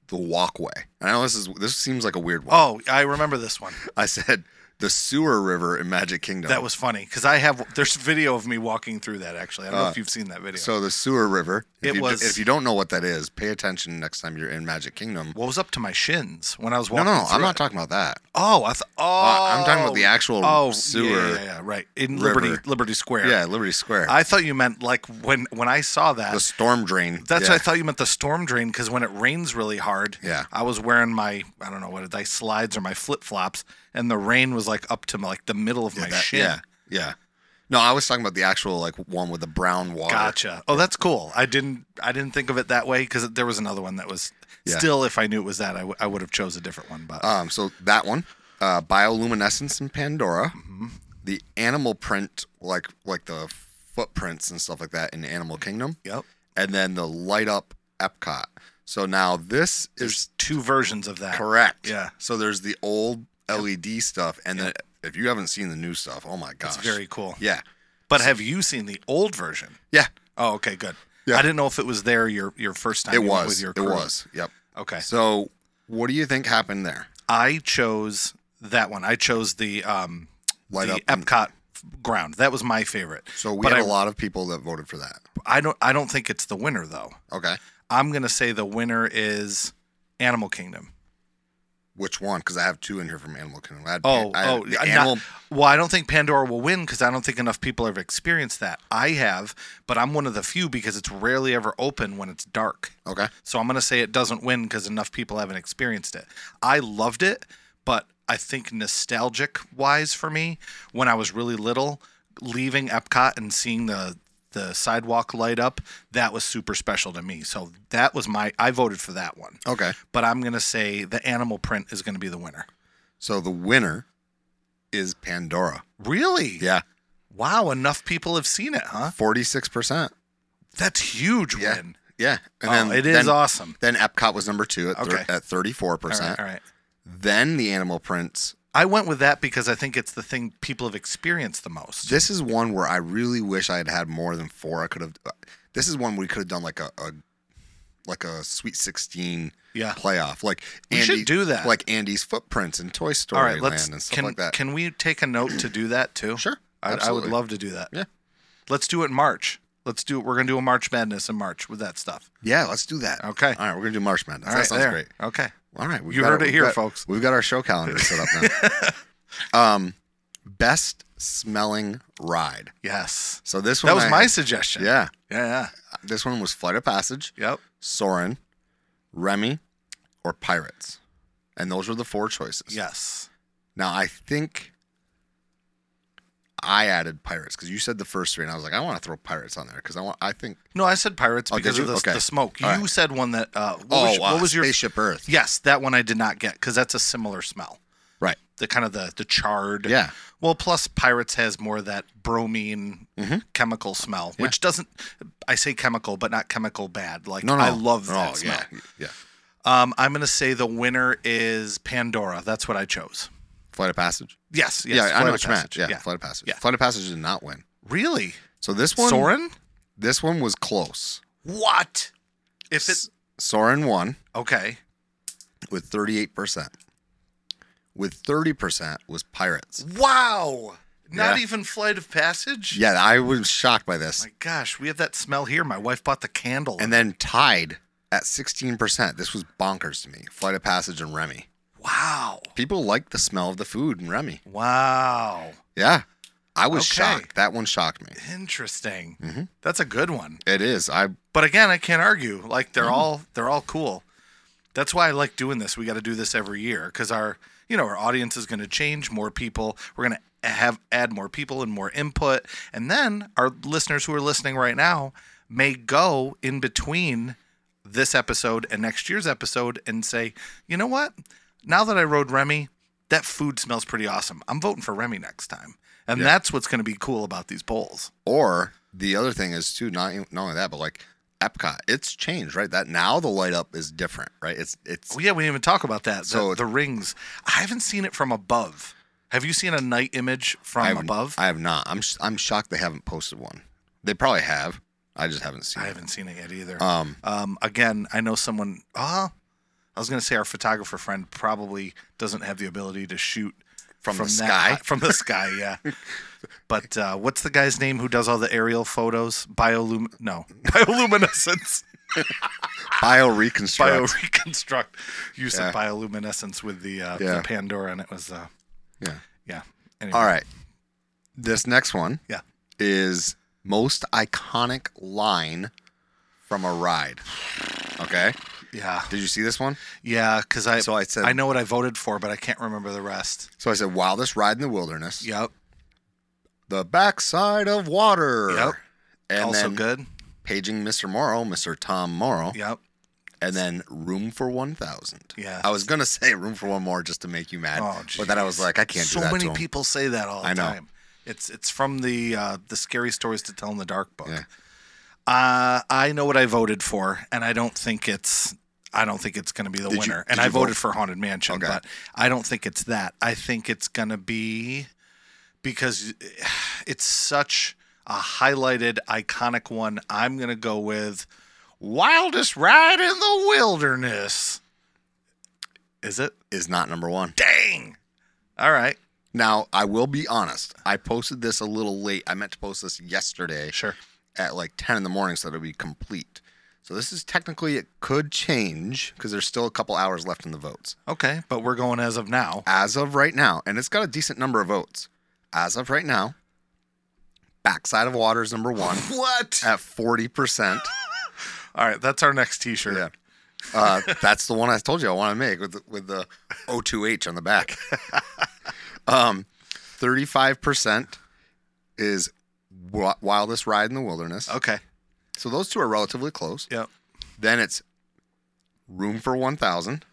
the walkway. I know this is this seems like a weird one.
Oh, I remember this one.
I said the sewer river in Magic Kingdom.
That was funny because I have there's video of me walking through that actually. I don't know
Uh,
if you've seen that video.
so the sewer river. If
It
you,
was-
If you don't know what that is, pay attention next time you're in Magic Kingdom.
what was up to my shins when I was
No,
walking?
no, no,
through
I'm not
it?
talking about that.
Oh, I thought. Oh,
I'm talking about the actual
oh,
sewer.
Yeah, yeah, yeah, right in
river.
Liberty Liberty Square.
Yeah, Liberty Square.
I thought you meant like when when I saw that.
the storm drain.
that's
yeah.
what I thought you meant the storm drain because when it rains really hard,
Yeah.
I was wearing my I don't know what did I slides or my flip flops, and the rain was like up to my, like the middle of my
That-
shin.
yeah, yeah. No, I was talking about the actual like one with the brown water.
Gotcha. Oh, that's cool. I didn't I didn't think of it that way because there was another one that was
Yeah.
still. If I knew it was that, I, w- I would have chose a different one. But
Um, so that one, uh, bioluminescence in Pandora,
Mm-hmm.
the animal print, like like the footprints and stuff like that in Animal Kingdom,
yep,
and then the light up Epcot. So now this is
there's two versions of that.
correct.
Yeah.
So there's the old LED stuff, and then if you haven't seen the new stuff, oh my gosh,
It's very cool.
yeah,
But have you seen the old version?
yeah.
Oh, okay, good.
Yeah.
I didn't know if it was there your your first time.
It
you went with
was.
your
It
crew.
was. Yep.
Okay,
So what do you think happened there?
I chose that one. I chose the um
Light
the
up and-
Epcot f- ground. That was my favorite.
So we
but
had
I
a lot of people that voted for that.
I don't I don't think it's the winner though.
Okay.
I'm gonna say the winner is Animal Kingdom.
Which one? Because I have two in here from Animal Kingdom. I had,
Oh,
I had
oh,
uh, the
not-
animal.
well, I don't think Pandora will win because I don't think enough people have experienced that. I have, but I'm one of the few because it's rarely ever open when it's dark.
Okay.
So I'm going to say it doesn't win because enough people haven't experienced it. I loved it, but I think nostalgic wise for me, when I was really little, leaving Epcot and seeing the the sidewalk light up, that was super special to me. So that was my I voted for that one.
Okay.
But I'm going to say the animal print is going to be the winner.
So the winner is Pandora.
Really?
Yeah.
Wow, enough people have seen it, huh?
46%.
That's huge
Yeah.
win.
Yeah. And
Oh, it is
then,
awesome.
Then Epcot was number two at, thir-
Okay.
at 34%.
All right, all right.
Then the animal prints.
I went with that because I think it's the thing people have experienced the most.
This is one where I really wish I had had more than four. I could have. uh, This is one we could have done like a, a like a Sweet 16
Yeah.
playoff. Like
We should do that.
Like Andy's footprints in Toy Story
all right, let's
Land and stuff
can
like that.
can we take a note to do that too?
Sure,
I, I would
absolutely.
love to do that.
Yeah.
Let's do it in March. Let's do it. We're gonna do a March Madness in March with that stuff.
yeah, let's do that.
Okay.
All right, we're gonna do Marsh Madness.
All
that
right,
sounds
there.
great.
Okay.
All right, we've
You
got
heard it
we've
here,
got-
folks. (laughs)
We've got our show calendar set up now. um, best smelling ride.
Yes.
So this one
That was
I-
my suggestion.
yeah.
Yeah.
This one was Flight of Passage,
yeah. Yep.
Soren, Remy, or Pirates, and those were the four choices.
Yes.
Now I think I added Pirates because you said the first three, and I was like, I want to throw Pirates on there because I want. I think.
No, I said pirates
Oh, did
because of
you?
the,
Okay.
the smoke.
All
you
right.
said one that. Uh, what
oh,
was, your-
uh,
what was your?
Spaceship Earth?
Yes, that one I did not get because that's a similar smell.
Right.
The kind of the the charred.
Yeah.
Well, plus pirates has more of that bromine
Mm-hmm.
chemical smell, which doesn't. I say chemical, but not chemical bad. Like
No, no.
I love
no,
that smell.
Yeah, yeah.
Um, I'm gonna say the winner is Pandora. That's what I chose.
Flight of Passage.
Yes. yes
Yeah, I
Flight
know
of
what you meant.
Passage,
Yeah, Flight of Passage.
Yeah.
Flight of Passage did not win.
Really?
So this one,
Soren?
this one was close.
What? If it
Soren won
okay,
with 38%. With 30% was Pirates.
wow! Not
Yeah.
even Flight of Passage.
Yeah, I was shocked by this.
My gosh, we have that smell here. My wife bought the candle.
And then tied at 16%. This was bonkers to me. Flight of Passage and Remy.
wow,
People like the smell of the food in Remy.
wow,
Yeah. I was
Okay.
shocked. That one shocked me.
interesting. That's a good one.
It is. I
But again, I can't argue. Like they're all they're all cool. That's why I like doing this. We got to do this every year because our you know our audience is going to change. More people. We're going to have add more people and more input, and then our listeners who are listening right now may go in between this episode and next year's episode and say, you know what? Now that I rode Remy, that food smells pretty awesome. I'm voting for Remy next time, and that's what's going to be cool about these polls.
Or the other thing is too, not even- not only that, but like Epcot, it's changed, right? That now the light up is different, right? It's it's
Oh yeah, we didn't even talk about that. The,
So-
the rings. I haven't seen it from above. Have you seen a night image from
I have,
above? I,
I have not. I'm sh- I'm shocked they haven't posted one. They probably have. I just haven't seen.
haven't seen it yet either.
It. Um,
um, again, I know someone. Ah, I was going to say our photographer friend probably doesn't have the ability to shoot
From the
that
sky?
high- from the sky,
(laughs)
yeah. but uh, what's the guy's name who does all the aerial photos? Biolum no (laughs)
(laughs)
bioluminescence.
bio reconstruct.
Bioreconstruct. You said
Yeah.
bioluminescence with the uh,
Yeah.
the Pandora, and it was uh,
yeah.
yeah. Anyway.
All right. This next one
Yeah.
is most iconic line from a ride. Okay.
Yeah.
Did you see this one?
Yeah, because I
So I said-
I know what I voted for, but I can't remember the rest.
So I said, wildest ride in the wilderness.
Yep.
The backside of water.
Yep.
And
also
then
good.
paging Mr. Morrow, Mr. Tom Morrow,
Yep.
and then Room for 1000.
Yeah.
I was going to (laughs) say Room for One More just to make you mad,
Oh,
but then I was like, I can't
so
do that
many
to him.
people say that all the
I know.
time. It's it's from the uh, the scary stories to tell in the dark book.
Yeah.
Uh, I know what I voted for, and I don't think it's I don't think it's going to be the
Did you-
winner.
did
and I
you vote-
voted for Haunted Mansion,
Okay.
but I don't think it's that. I think it's going to be because it's such a highlighted iconic one. I'm going to go with Wildest Ride in the Wilderness. Is it?
Is not number one.
Dang. All right.
Now, I will be honest. I posted this a little late. I meant to post this yesterday
Sure.
at like 10 in the morning so that it would be complete. So this is technically, it could change because there's still a couple hours left in the votes.
Okay, but we're going as of now.
As of right now, and it's got a decent number of votes. As of right now, Backside of Water is number one
(laughs) What? (gasps)
at 40%.
All right, that's our next T-shirt.
Yeah. Uh, that's the one I told you I want to make with the, with the O2H on
(laughs)
the back. um, 35% is Wi- Wildest Ride in the Wilderness.
Okay.
So those two are relatively close.
Yep.
Then it's Room for 1000.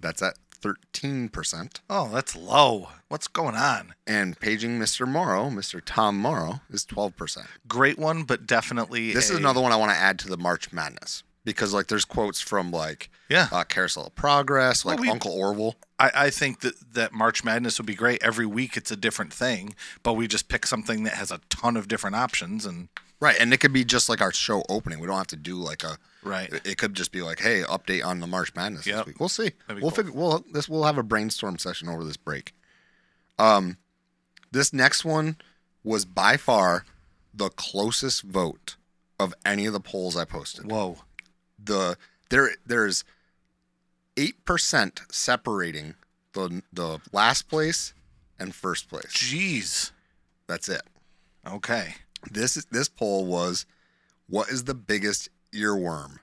That's at 13%.
Oh, that's low. What's going on?
And Paging Mr. Morrow, Mr. Tom Morrow, is 12%.
Great one, but definitely
This
a-
is another one I want to add to the March Madness because, like, there's quotes from, like,
Yeah,
uh, Carousel of Progress, like
Well, we-
Uncle Orville.
I, I think that that March Madness would be great. Every week it's a different thing, but we just pick something that has a ton of different options and
Right, and it could be just like our show opening. We don't have to do like a.
right.
it- It could just be like, hey, update on the March Madness
Yep.
this week. We'll see.
That'd be
We'll
cool.
figure. We'll this. We'll have a brainstorm session over this break. Um, this next one was by far the closest vote of any of the polls I posted.
Whoa.
The there there's eight percent separating the the last place and first place.
Jeez.
That's it.
Okay.
This is this poll was what is the biggest earworm?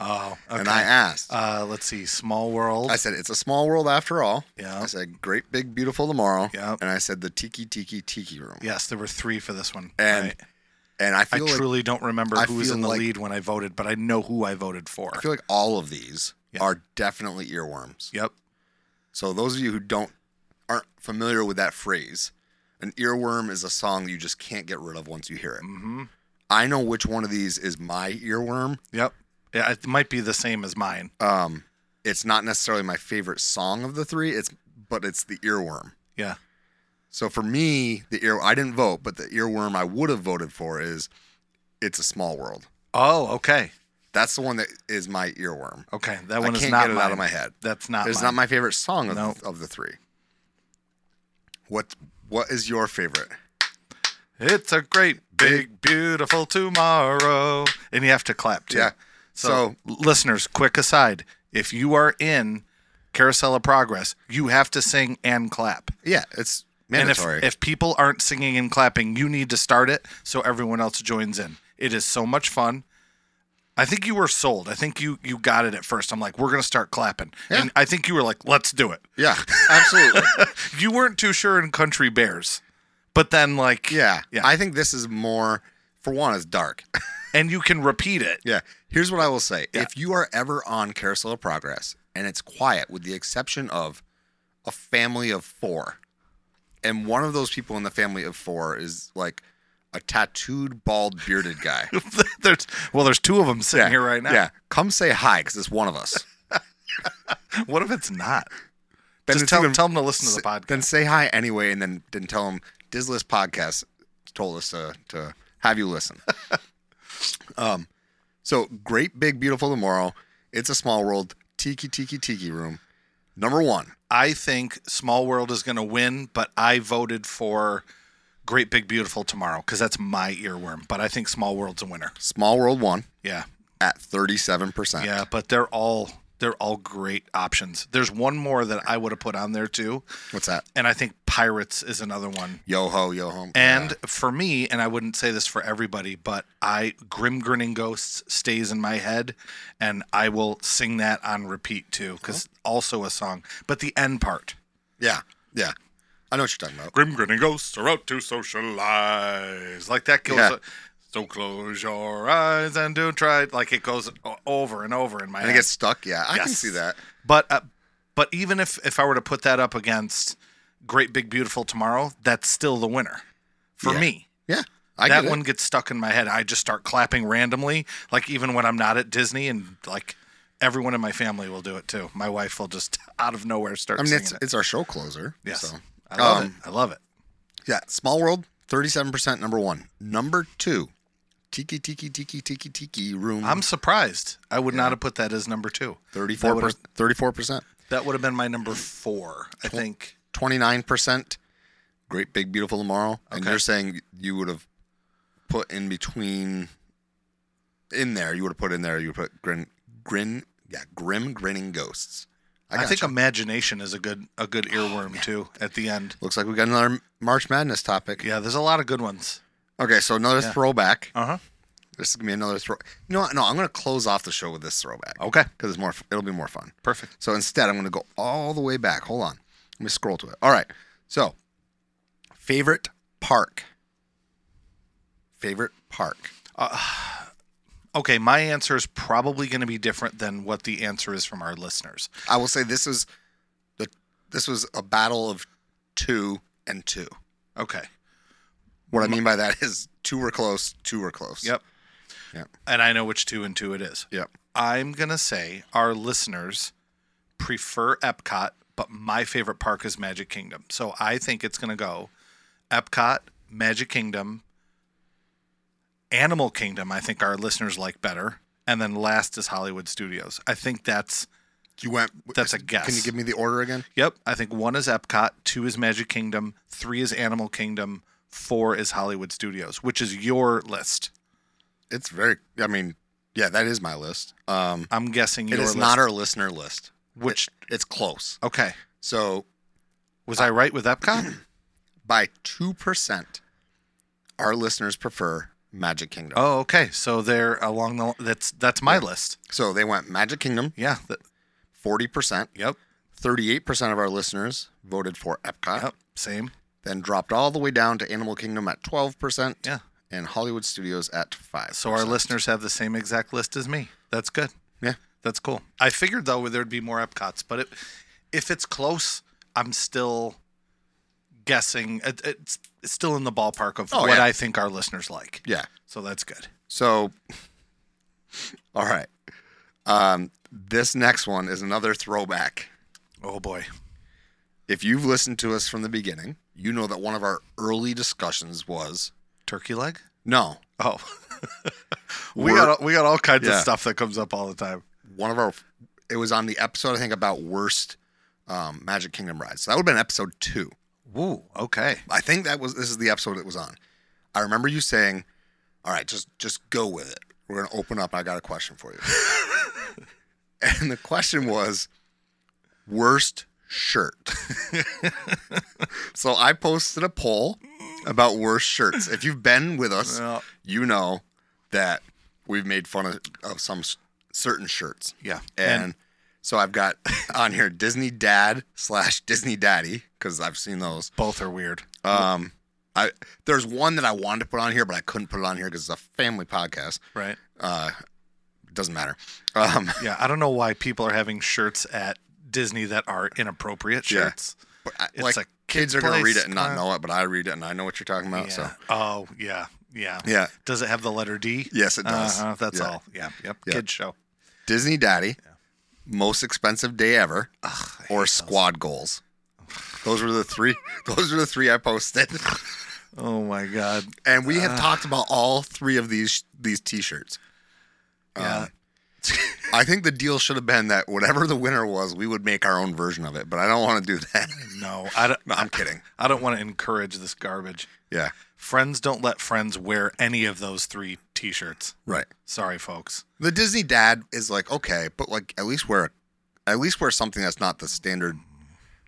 Oh, okay.
And I asked.
uh, let's see. Small World.
I said it's a small world after all.
Yeah.
I said great big beautiful tomorrow.
Yeah.
And I said the tiki tiki tiki room.
yes, there were three for this one.
And
Right.
and I
I,
feel like
truly don't remember
I
who was
feel
in the
like-
lead when I voted, but I know who I voted for.
I feel like all of these
Yeah.
are definitely earworms.
yep.
So those of you who don't aren't familiar with that phrase, an earworm is a song you just can't get rid of once you hear it.
hmm
I know which one of these is my earworm.
Yep. Yeah, it might be the same as mine.
Um, it's not necessarily my favorite song of the three. It's but it's the earworm.
Yeah.
So for me, the ear I didn't vote, but the earworm I would have voted for is "It's a Small World."
Oh, okay.
That's the one that is my earworm.
Okay. That
I
one is
can't
not
get it
mine.
out of my head.
That's not
It's
mine.
not my favorite song of,
Nope.
of the three. What What is your favorite?
It's a great big beautiful tomorrow. And you have to clap too.
Yeah.
So, listeners, quick aside. If you are in Carousel of Progress, you have to sing and clap.
Yeah, it's
And
mandatory.
if, if people aren't singing and clapping, you need to start it so everyone else joins in. It is so much fun. I think you were sold. I think you you got it at first. I'm like, we're gonna start clapping.
Yeah.
And I think you were like, let's do it. (laughs)
yeah, absolutely.
You weren't too sure in Country Bears. But then like
(laughs) yeah.
Yeah.
I think this is more. For one, it's dark. (laughs)
and you can repeat it. (laughs)
Yeah. Here's what I will say. If you are ever on Carousel of Progress and it's quiet, with the exception of a family of four, and one of those people in the family of four is like a tattooed, bald, bearded guy.
there's well, there's two of them sitting
Yeah.
here right now.
Yeah. Come say hi because it's one
(laughs)
of us.
What if it's not?
Then
Just
it's
tell,
even-
tell them to listen to the podcast.
Then say hi anyway and then, then tell them Dizless Podcast told us to, to have you
(laughs)
listen. um, so, Great Big Beautiful Tomorrow, It's a Small World, Tiki Tiki Tiki Room. Number one.
I think Small World is going to win, but I voted for Great Big Beautiful Tomorrow because that's my earworm. But I think Small World's a winner.
Small World won
Yeah,
at 37%.
yeah. But they're all they're all great options. There's one more that I would have put on there too,
What's that?
and I think Pirates is another one.
Yo ho, yo ho.
And for me, and I wouldn't say this for everybody, but I Grim Grinning Ghosts stays in my head, and I will sing that on repeat too because also a song. But the end part.
yeah. Yeah. I know what you're talking about.
Grim grinning ghosts are out to socialize. Like that goes.
Yeah.
So close your eyes and don't try. Like it goes o- over and over in my
And it
head.
gets stuck. Yeah. I can
Yes.
see that.
But uh, but even if if I were to put that up against Great Big Beautiful Tomorrow, that's still the winner for
Yeah.
me.
Yeah. I
that
get it.
one gets stuck in my head. I just start clapping randomly, like even when I'm not at Disney, and like everyone in my family will do it too. My wife will just (laughs) out of nowhere start.
I mean,
singing
it's,
it.
it's our show closer.
yes,
So.
I love
Um,
it. I love it.
Yeah, Small World, 37% number one. Number two, Tiki Tiki Tiki Tiki Tiki Room,
I'm surprised. I would not have put that as number two. That
34%.
would have,
34%.
that would have been my number four, I think.
29%, Great Big Beautiful Tomorrow. And
Okay.
you're saying you would have put in between, in there, you would have put in there, you would put Grin, Grin, yeah, Grim Grinning Ghosts.
I,
gotcha.
think imagination is a good a good earworm too at the end.
Looks like we got another March Madness topic.
Yeah, there's a lot of good ones.
Okay, so another throwback.
Uh huh.
This is gonna be another throw. You know what? No, I'm gonna close off the show with this throwback.
Okay.
because it's more. It'll be more fun.
Perfect.
So instead, I'm going to go all the way back. Hold on. Let me scroll to it. All right. So, favorite park. Favorite park.
Okay, my answer is probably going to be different than what the answer is from our listeners.
I will say this is the this was a battle of two and two.
Okay.
What I mean by that is two were close, two were close.
Yep.
Yep.
And I know which two and two it is.
Yep.
I'm going to say our listeners prefer Epcot, but my favorite park is Magic Kingdom. So I think it's going to go Epcot, Magic Kingdom, Animal Kingdom, I think our listeners like better. And then last is Hollywood Studios. I think that's,
You went.
That's a guess.
Can you give me the order again?
yep, I think one is Epcot, two is Magic Kingdom, three is Animal Kingdom, four is Hollywood Studios, which is your list.
It's very. I mean, yeah, that is my list. Um,
I'm guessing
it
your
is
list.
not our listener list.
which,
It's close.
okay.
So
Was I right with Epcot?
by two percent. our listeners prefer Magic Kingdom.
Oh, okay. So they're along the that's that's my list.
So they went Magic Kingdom,
Yeah. th-
40%.
yep.
38% of our listeners voted for Epcot,
Yep. Same.
then dropped all the way down to Animal Kingdom at 12%.
Yeah.
And Hollywood Studios at 5
So our listeners have the same exact list as me. That's good.
Yeah.
That's cool. I figured though there'd be more Epcots, but it, if it's close, I'm still guessing. It, it's, it's still in the ballpark of
Oh,
what
yeah.
I think our listeners like.
Yeah.
So that's good.
So, (laughs) all right. Um, this next one is another throwback.
Oh boy.
If you've listened to us from the beginning, you know that one of our early discussions was
Turkey leg?
no,
Oh. (laughs) we
Wor-
got we got all kinds of
Yeah.
stuff that comes up all the time.
one of our, it was on the episode, I think, about worst um, Magic Kingdom rides. So that would have been episode two.
Woo, okay.
I think that was, this is the episode it was on. I remember you saying, all right, just, just go with it. We're going to open up. I got a question for you. and the question was worst shirt. (laughs) so I posted a poll about worst shirts. If you've been with us,
Yeah.
you know that we've made fun of, of some s- certain shirts.
Yeah.
And, so I've got (laughs) on here Disney Dad slash Disney Daddy because I've seen those.
both are weird.
Um, I there's one that I wanted to put on here, but I couldn't put it on here because it's a family podcast.
Right.
Uh, doesn't matter. Um, (laughs)
Yeah, I don't know why people are having shirts at Disney that are inappropriate
Yeah.
shirts.
but I,
It's
like
a kid's
kids are gonna read
place,
it and not
kinda.
know it, but I read it and I know what you're talking about. So
Yeah. Oh, yeah. Yeah.
yeah,
Does it have the letter D?
yes, it does.
Uh-huh, that's
Yeah.
all. Yeah. Yep.
Yeah.
Kid show.
Disney Daddy, most expensive day ever, or squad goals. Those were the three. (laughs) Those were the three
(laughs)
I posted,
Oh my god.
and we have talked about all three of these these T-shirts. Uh,
Yeah.
I think the deal should have been that whatever the winner was, we would make our own version of it. But I don't want to do that. (laughs)
no, I don't.
No, I'm kidding.
I don't want to encourage this garbage.
Yeah,
Friends don't let friends wear any of those three T-shirts.
right.
Sorry, folks.
The Disney Dad is like okay, but like at least wear, at least wear something that's not the standard.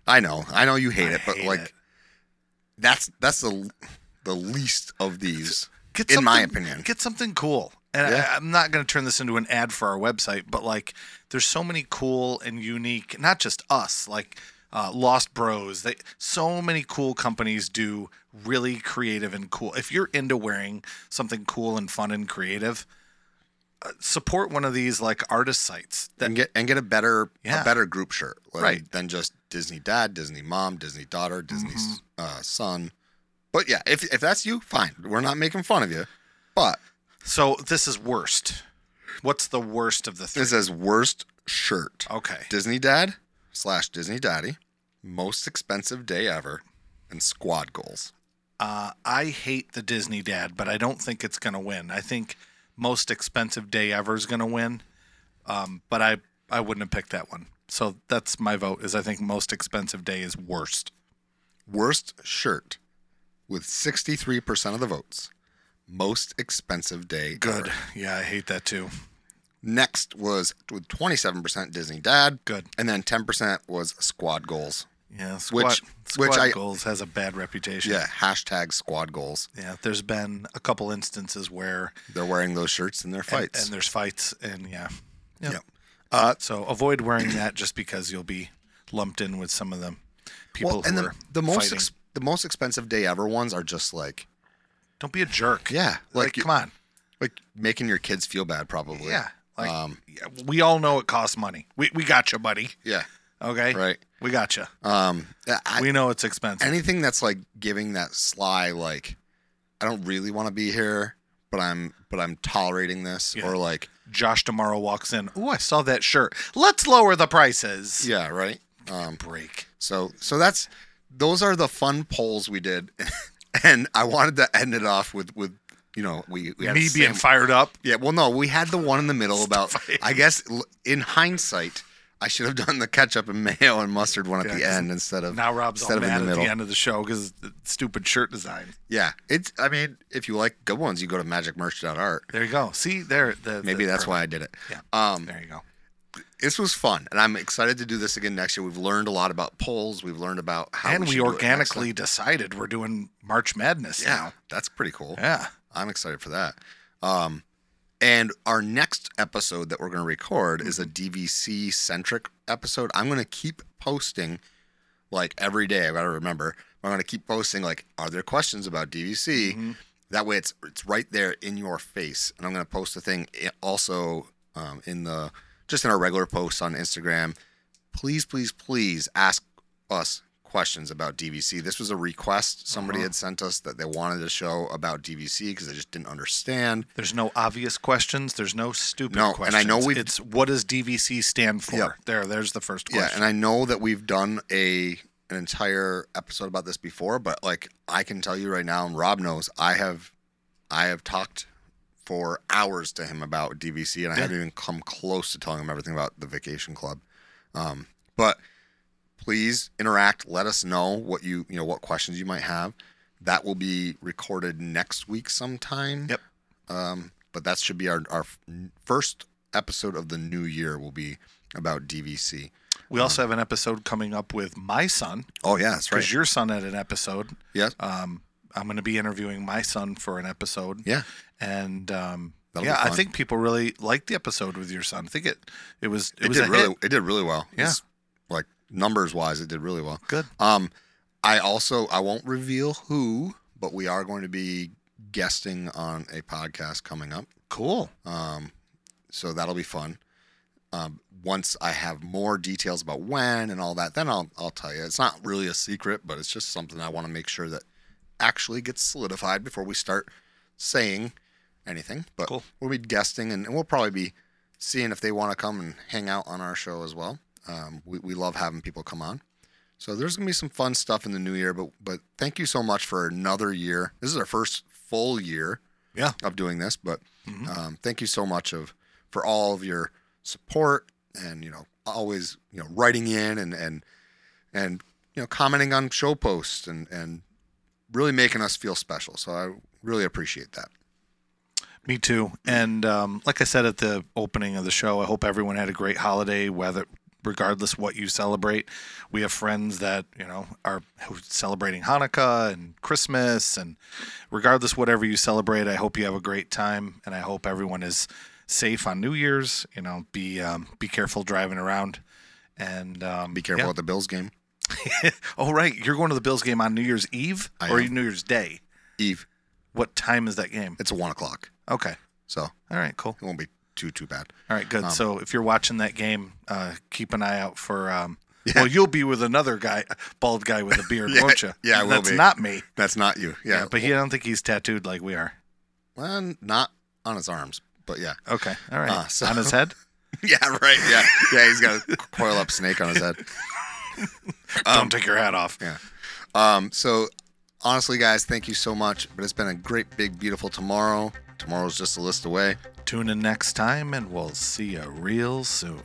I know, I know you hate
I
it, but
hate
like
it.
that's that's the the least of these,
Get
in my
something-
opinion.
get something cool. And
Yeah.
I, I'm not going to turn this into an ad for our website, but like, there's so many cool and unique, not just us, like uh, Lost Bros. They, so many cool companies do really creative and cool. If you're into wearing something cool and fun and creative, uh, support one of these like artist sites. That
and get and get a better
Yeah.
a better group shirt, like,
Right. Mm-hmm.
Than just Disney Dad, Disney Mom, Disney Daughter, Disney s uh, Son. But yeah, if if that's you, fine. We're not making fun of you. But
so this is worst. What's the worst of the three?
it says worst shirt.
Okay.
Disney Dad slash Disney Daddy, most expensive day ever, and squad goals.
Uh, I hate the Disney Dad, but I don't think it's going to win. I think most expensive day ever is going to win. Um, but I I wouldn't have picked that one. So that's my vote. Is I think most expensive day is worst.
Worst shirt with 63% of the votes. Most expensive day. ever.
Yeah, I hate that too.
Next was with 27% Disney Dad.
Good.
And then 10% was squad goals.
Yeah. Squad,
Which-
squad
which I-
goals has a bad reputation.
Yeah, hashtag squad goals.
Yeah. There's been a couple instances where
They're wearing those shirts in their
and-
fights.
and, there's fights and yeah. Yeah.
Yep. Uh,
So avoid wearing that just because you'll be lumped in with some of them. People
well, and
who
the,
are
the most
fighting.
ex- the most expensive day ever ones are just like
don't be a jerk.
yeah,
Like,
like you-
come on.
like making your kids feel bad probably.
Yeah. Like
Um,
yeah, we all know it costs money. We we got you, buddy.
yeah,
Okay?
right.
We got you.
Um, I,
We know it's expensive.
anything that's like giving that sly like I don't really want to be here, but I'm but I'm tolerating this
Yeah.
or like
Josh tomorrow walks in. Oh, I saw that shirt. Let's lower the prices.
yeah, right. Um,
Break.
so so that's those are the fun polls we did, (laughs) and I wanted to end it off with with you know we, we had
Me
the
being
same-
fired up.
Yeah, well, no, we had the one in the middle about.
fight.
I guess l- in hindsight, I should have done the ketchup and mayo and mustard one at
Yeah,
the
'cause
end instead of
Now Rob's
instead
all
of in
mad
the
at
middle.
the end of the show because stupid shirt design.
Yeah, it's. I mean, if you like good ones, you go to magicmerch.art.
There you go. See there. The,
Maybe that's why I did it.
Yeah.
Um,
There you go.
this was fun, and I'm excited to do this again next year. We've learned a lot about polls. We've learned about how
and
we,
we
should do it next
organically
time.
decided we're doing March Madness
yeah, that's pretty cool.
now. Yeah.
I'm excited for that. Um, and our next episode that we're going to record is a DVC centric episode. I'm going to keep posting like every day. I got to remember. I'm going to keep posting like, are there questions about DVC? That way, it's it's right there in your face. And I'm going to post a thing i- also um, in the just in our regular posts on Instagram. Please, please, please ask us questions about DVC. This was a request somebody had sent us that they wanted a show about DVC because they just didn't understand.
There's no obvious questions. There's no stupid
No, and
questions.
I know we've-
it's what does DVC stand for?
Yep.
There, there's the first
Yeah,
question.
and I know that we've done a an entire episode about this before, but like I can tell you right now, and Rob knows, I have I have talked for hours to him about DVC, and I
Yeah.
haven't even come close to telling him everything about the Vacation Club. Um, but please interact. Let us know what you you know what questions you might have. That will be recorded next week sometime.
Yep.
Um, but that should be our our first episode of the new year. Will be about DVC.
we also have an episode coming up with my son
Oh yeah, that's
because your son had an episode.
Yes.
Um, I'm going to be interviewing my son for an episode.
yeah.
and um,
That'll be
yeah, I
fun.
think people really liked the episode with your son. I think it it was it,
It,
was
did
a
really
hit.
it did really well.
Yeah.
It's, like numbers wise, it did really well.
good.
Um I also I won't reveal who, but we are going to be guesting on a podcast coming up.
Cool.
Um so that'll be fun. Um once I have more details about when and all that, then I'll I'll tell you. It's not really a secret, but it's just something I want to make sure that actually gets solidified before we start saying anything. But
Cool.
we'll be guesting, and, and we'll probably be seeing if they want to come and hang out on our show as well. Um, we, we love having people come on. So there's gonna be some fun stuff in the new year. But but thank you so much for another year. This is our first full year.
Yeah.
Of doing this, but um, thank you so much of for all of your support and you know always you know writing in and and and you know commenting on show posts and and really making us feel special. So I really appreciate that.
Me too. And um, like I said at the opening of the show, I hope everyone had a great holiday, whether regardless what you celebrate. We have friends that you know are who's celebrating Hanukkah and Christmas, and regardless whatever you celebrate, I hope you have a great time, and I hope everyone is safe on New Year's. You know, be um, be careful driving around. And um,
Be careful
yeah.
at the Bills game,
Oh right, you're going to the Bills game on New Year's Eve
I
or
am.
New Year's Day.
Eve.
What time is that game?
It's one o'clock,
Okay.
so
All right. Cool.
it won't be too too bad.
All right. Good.
Um,
so if you're watching that game, uh, keep an eye out for. Um,
(laughs) Yeah.
Well, you'll be with another guy, bald guy with a beard,
(laughs) Yeah,
won't you?
yeah, I will
That's
be.
not me.
That's not you. Yeah,
Yeah, but he, I don't think he's tattooed like we are.
well, not on his arms, but yeah, (laughs)
Okay. All right.
Uh, so-
On his
(laughs)
head. (laughs)
yeah, right, yeah, yeah. He's got a coil up snake on his head. Um,
don't take your hat off.
Yeah. Um, so honestly, guys, thank you so much. But it's been a great, big, beautiful tomorrow. Tomorrow's just a list away.
Tune in next time, and we'll see you real soon.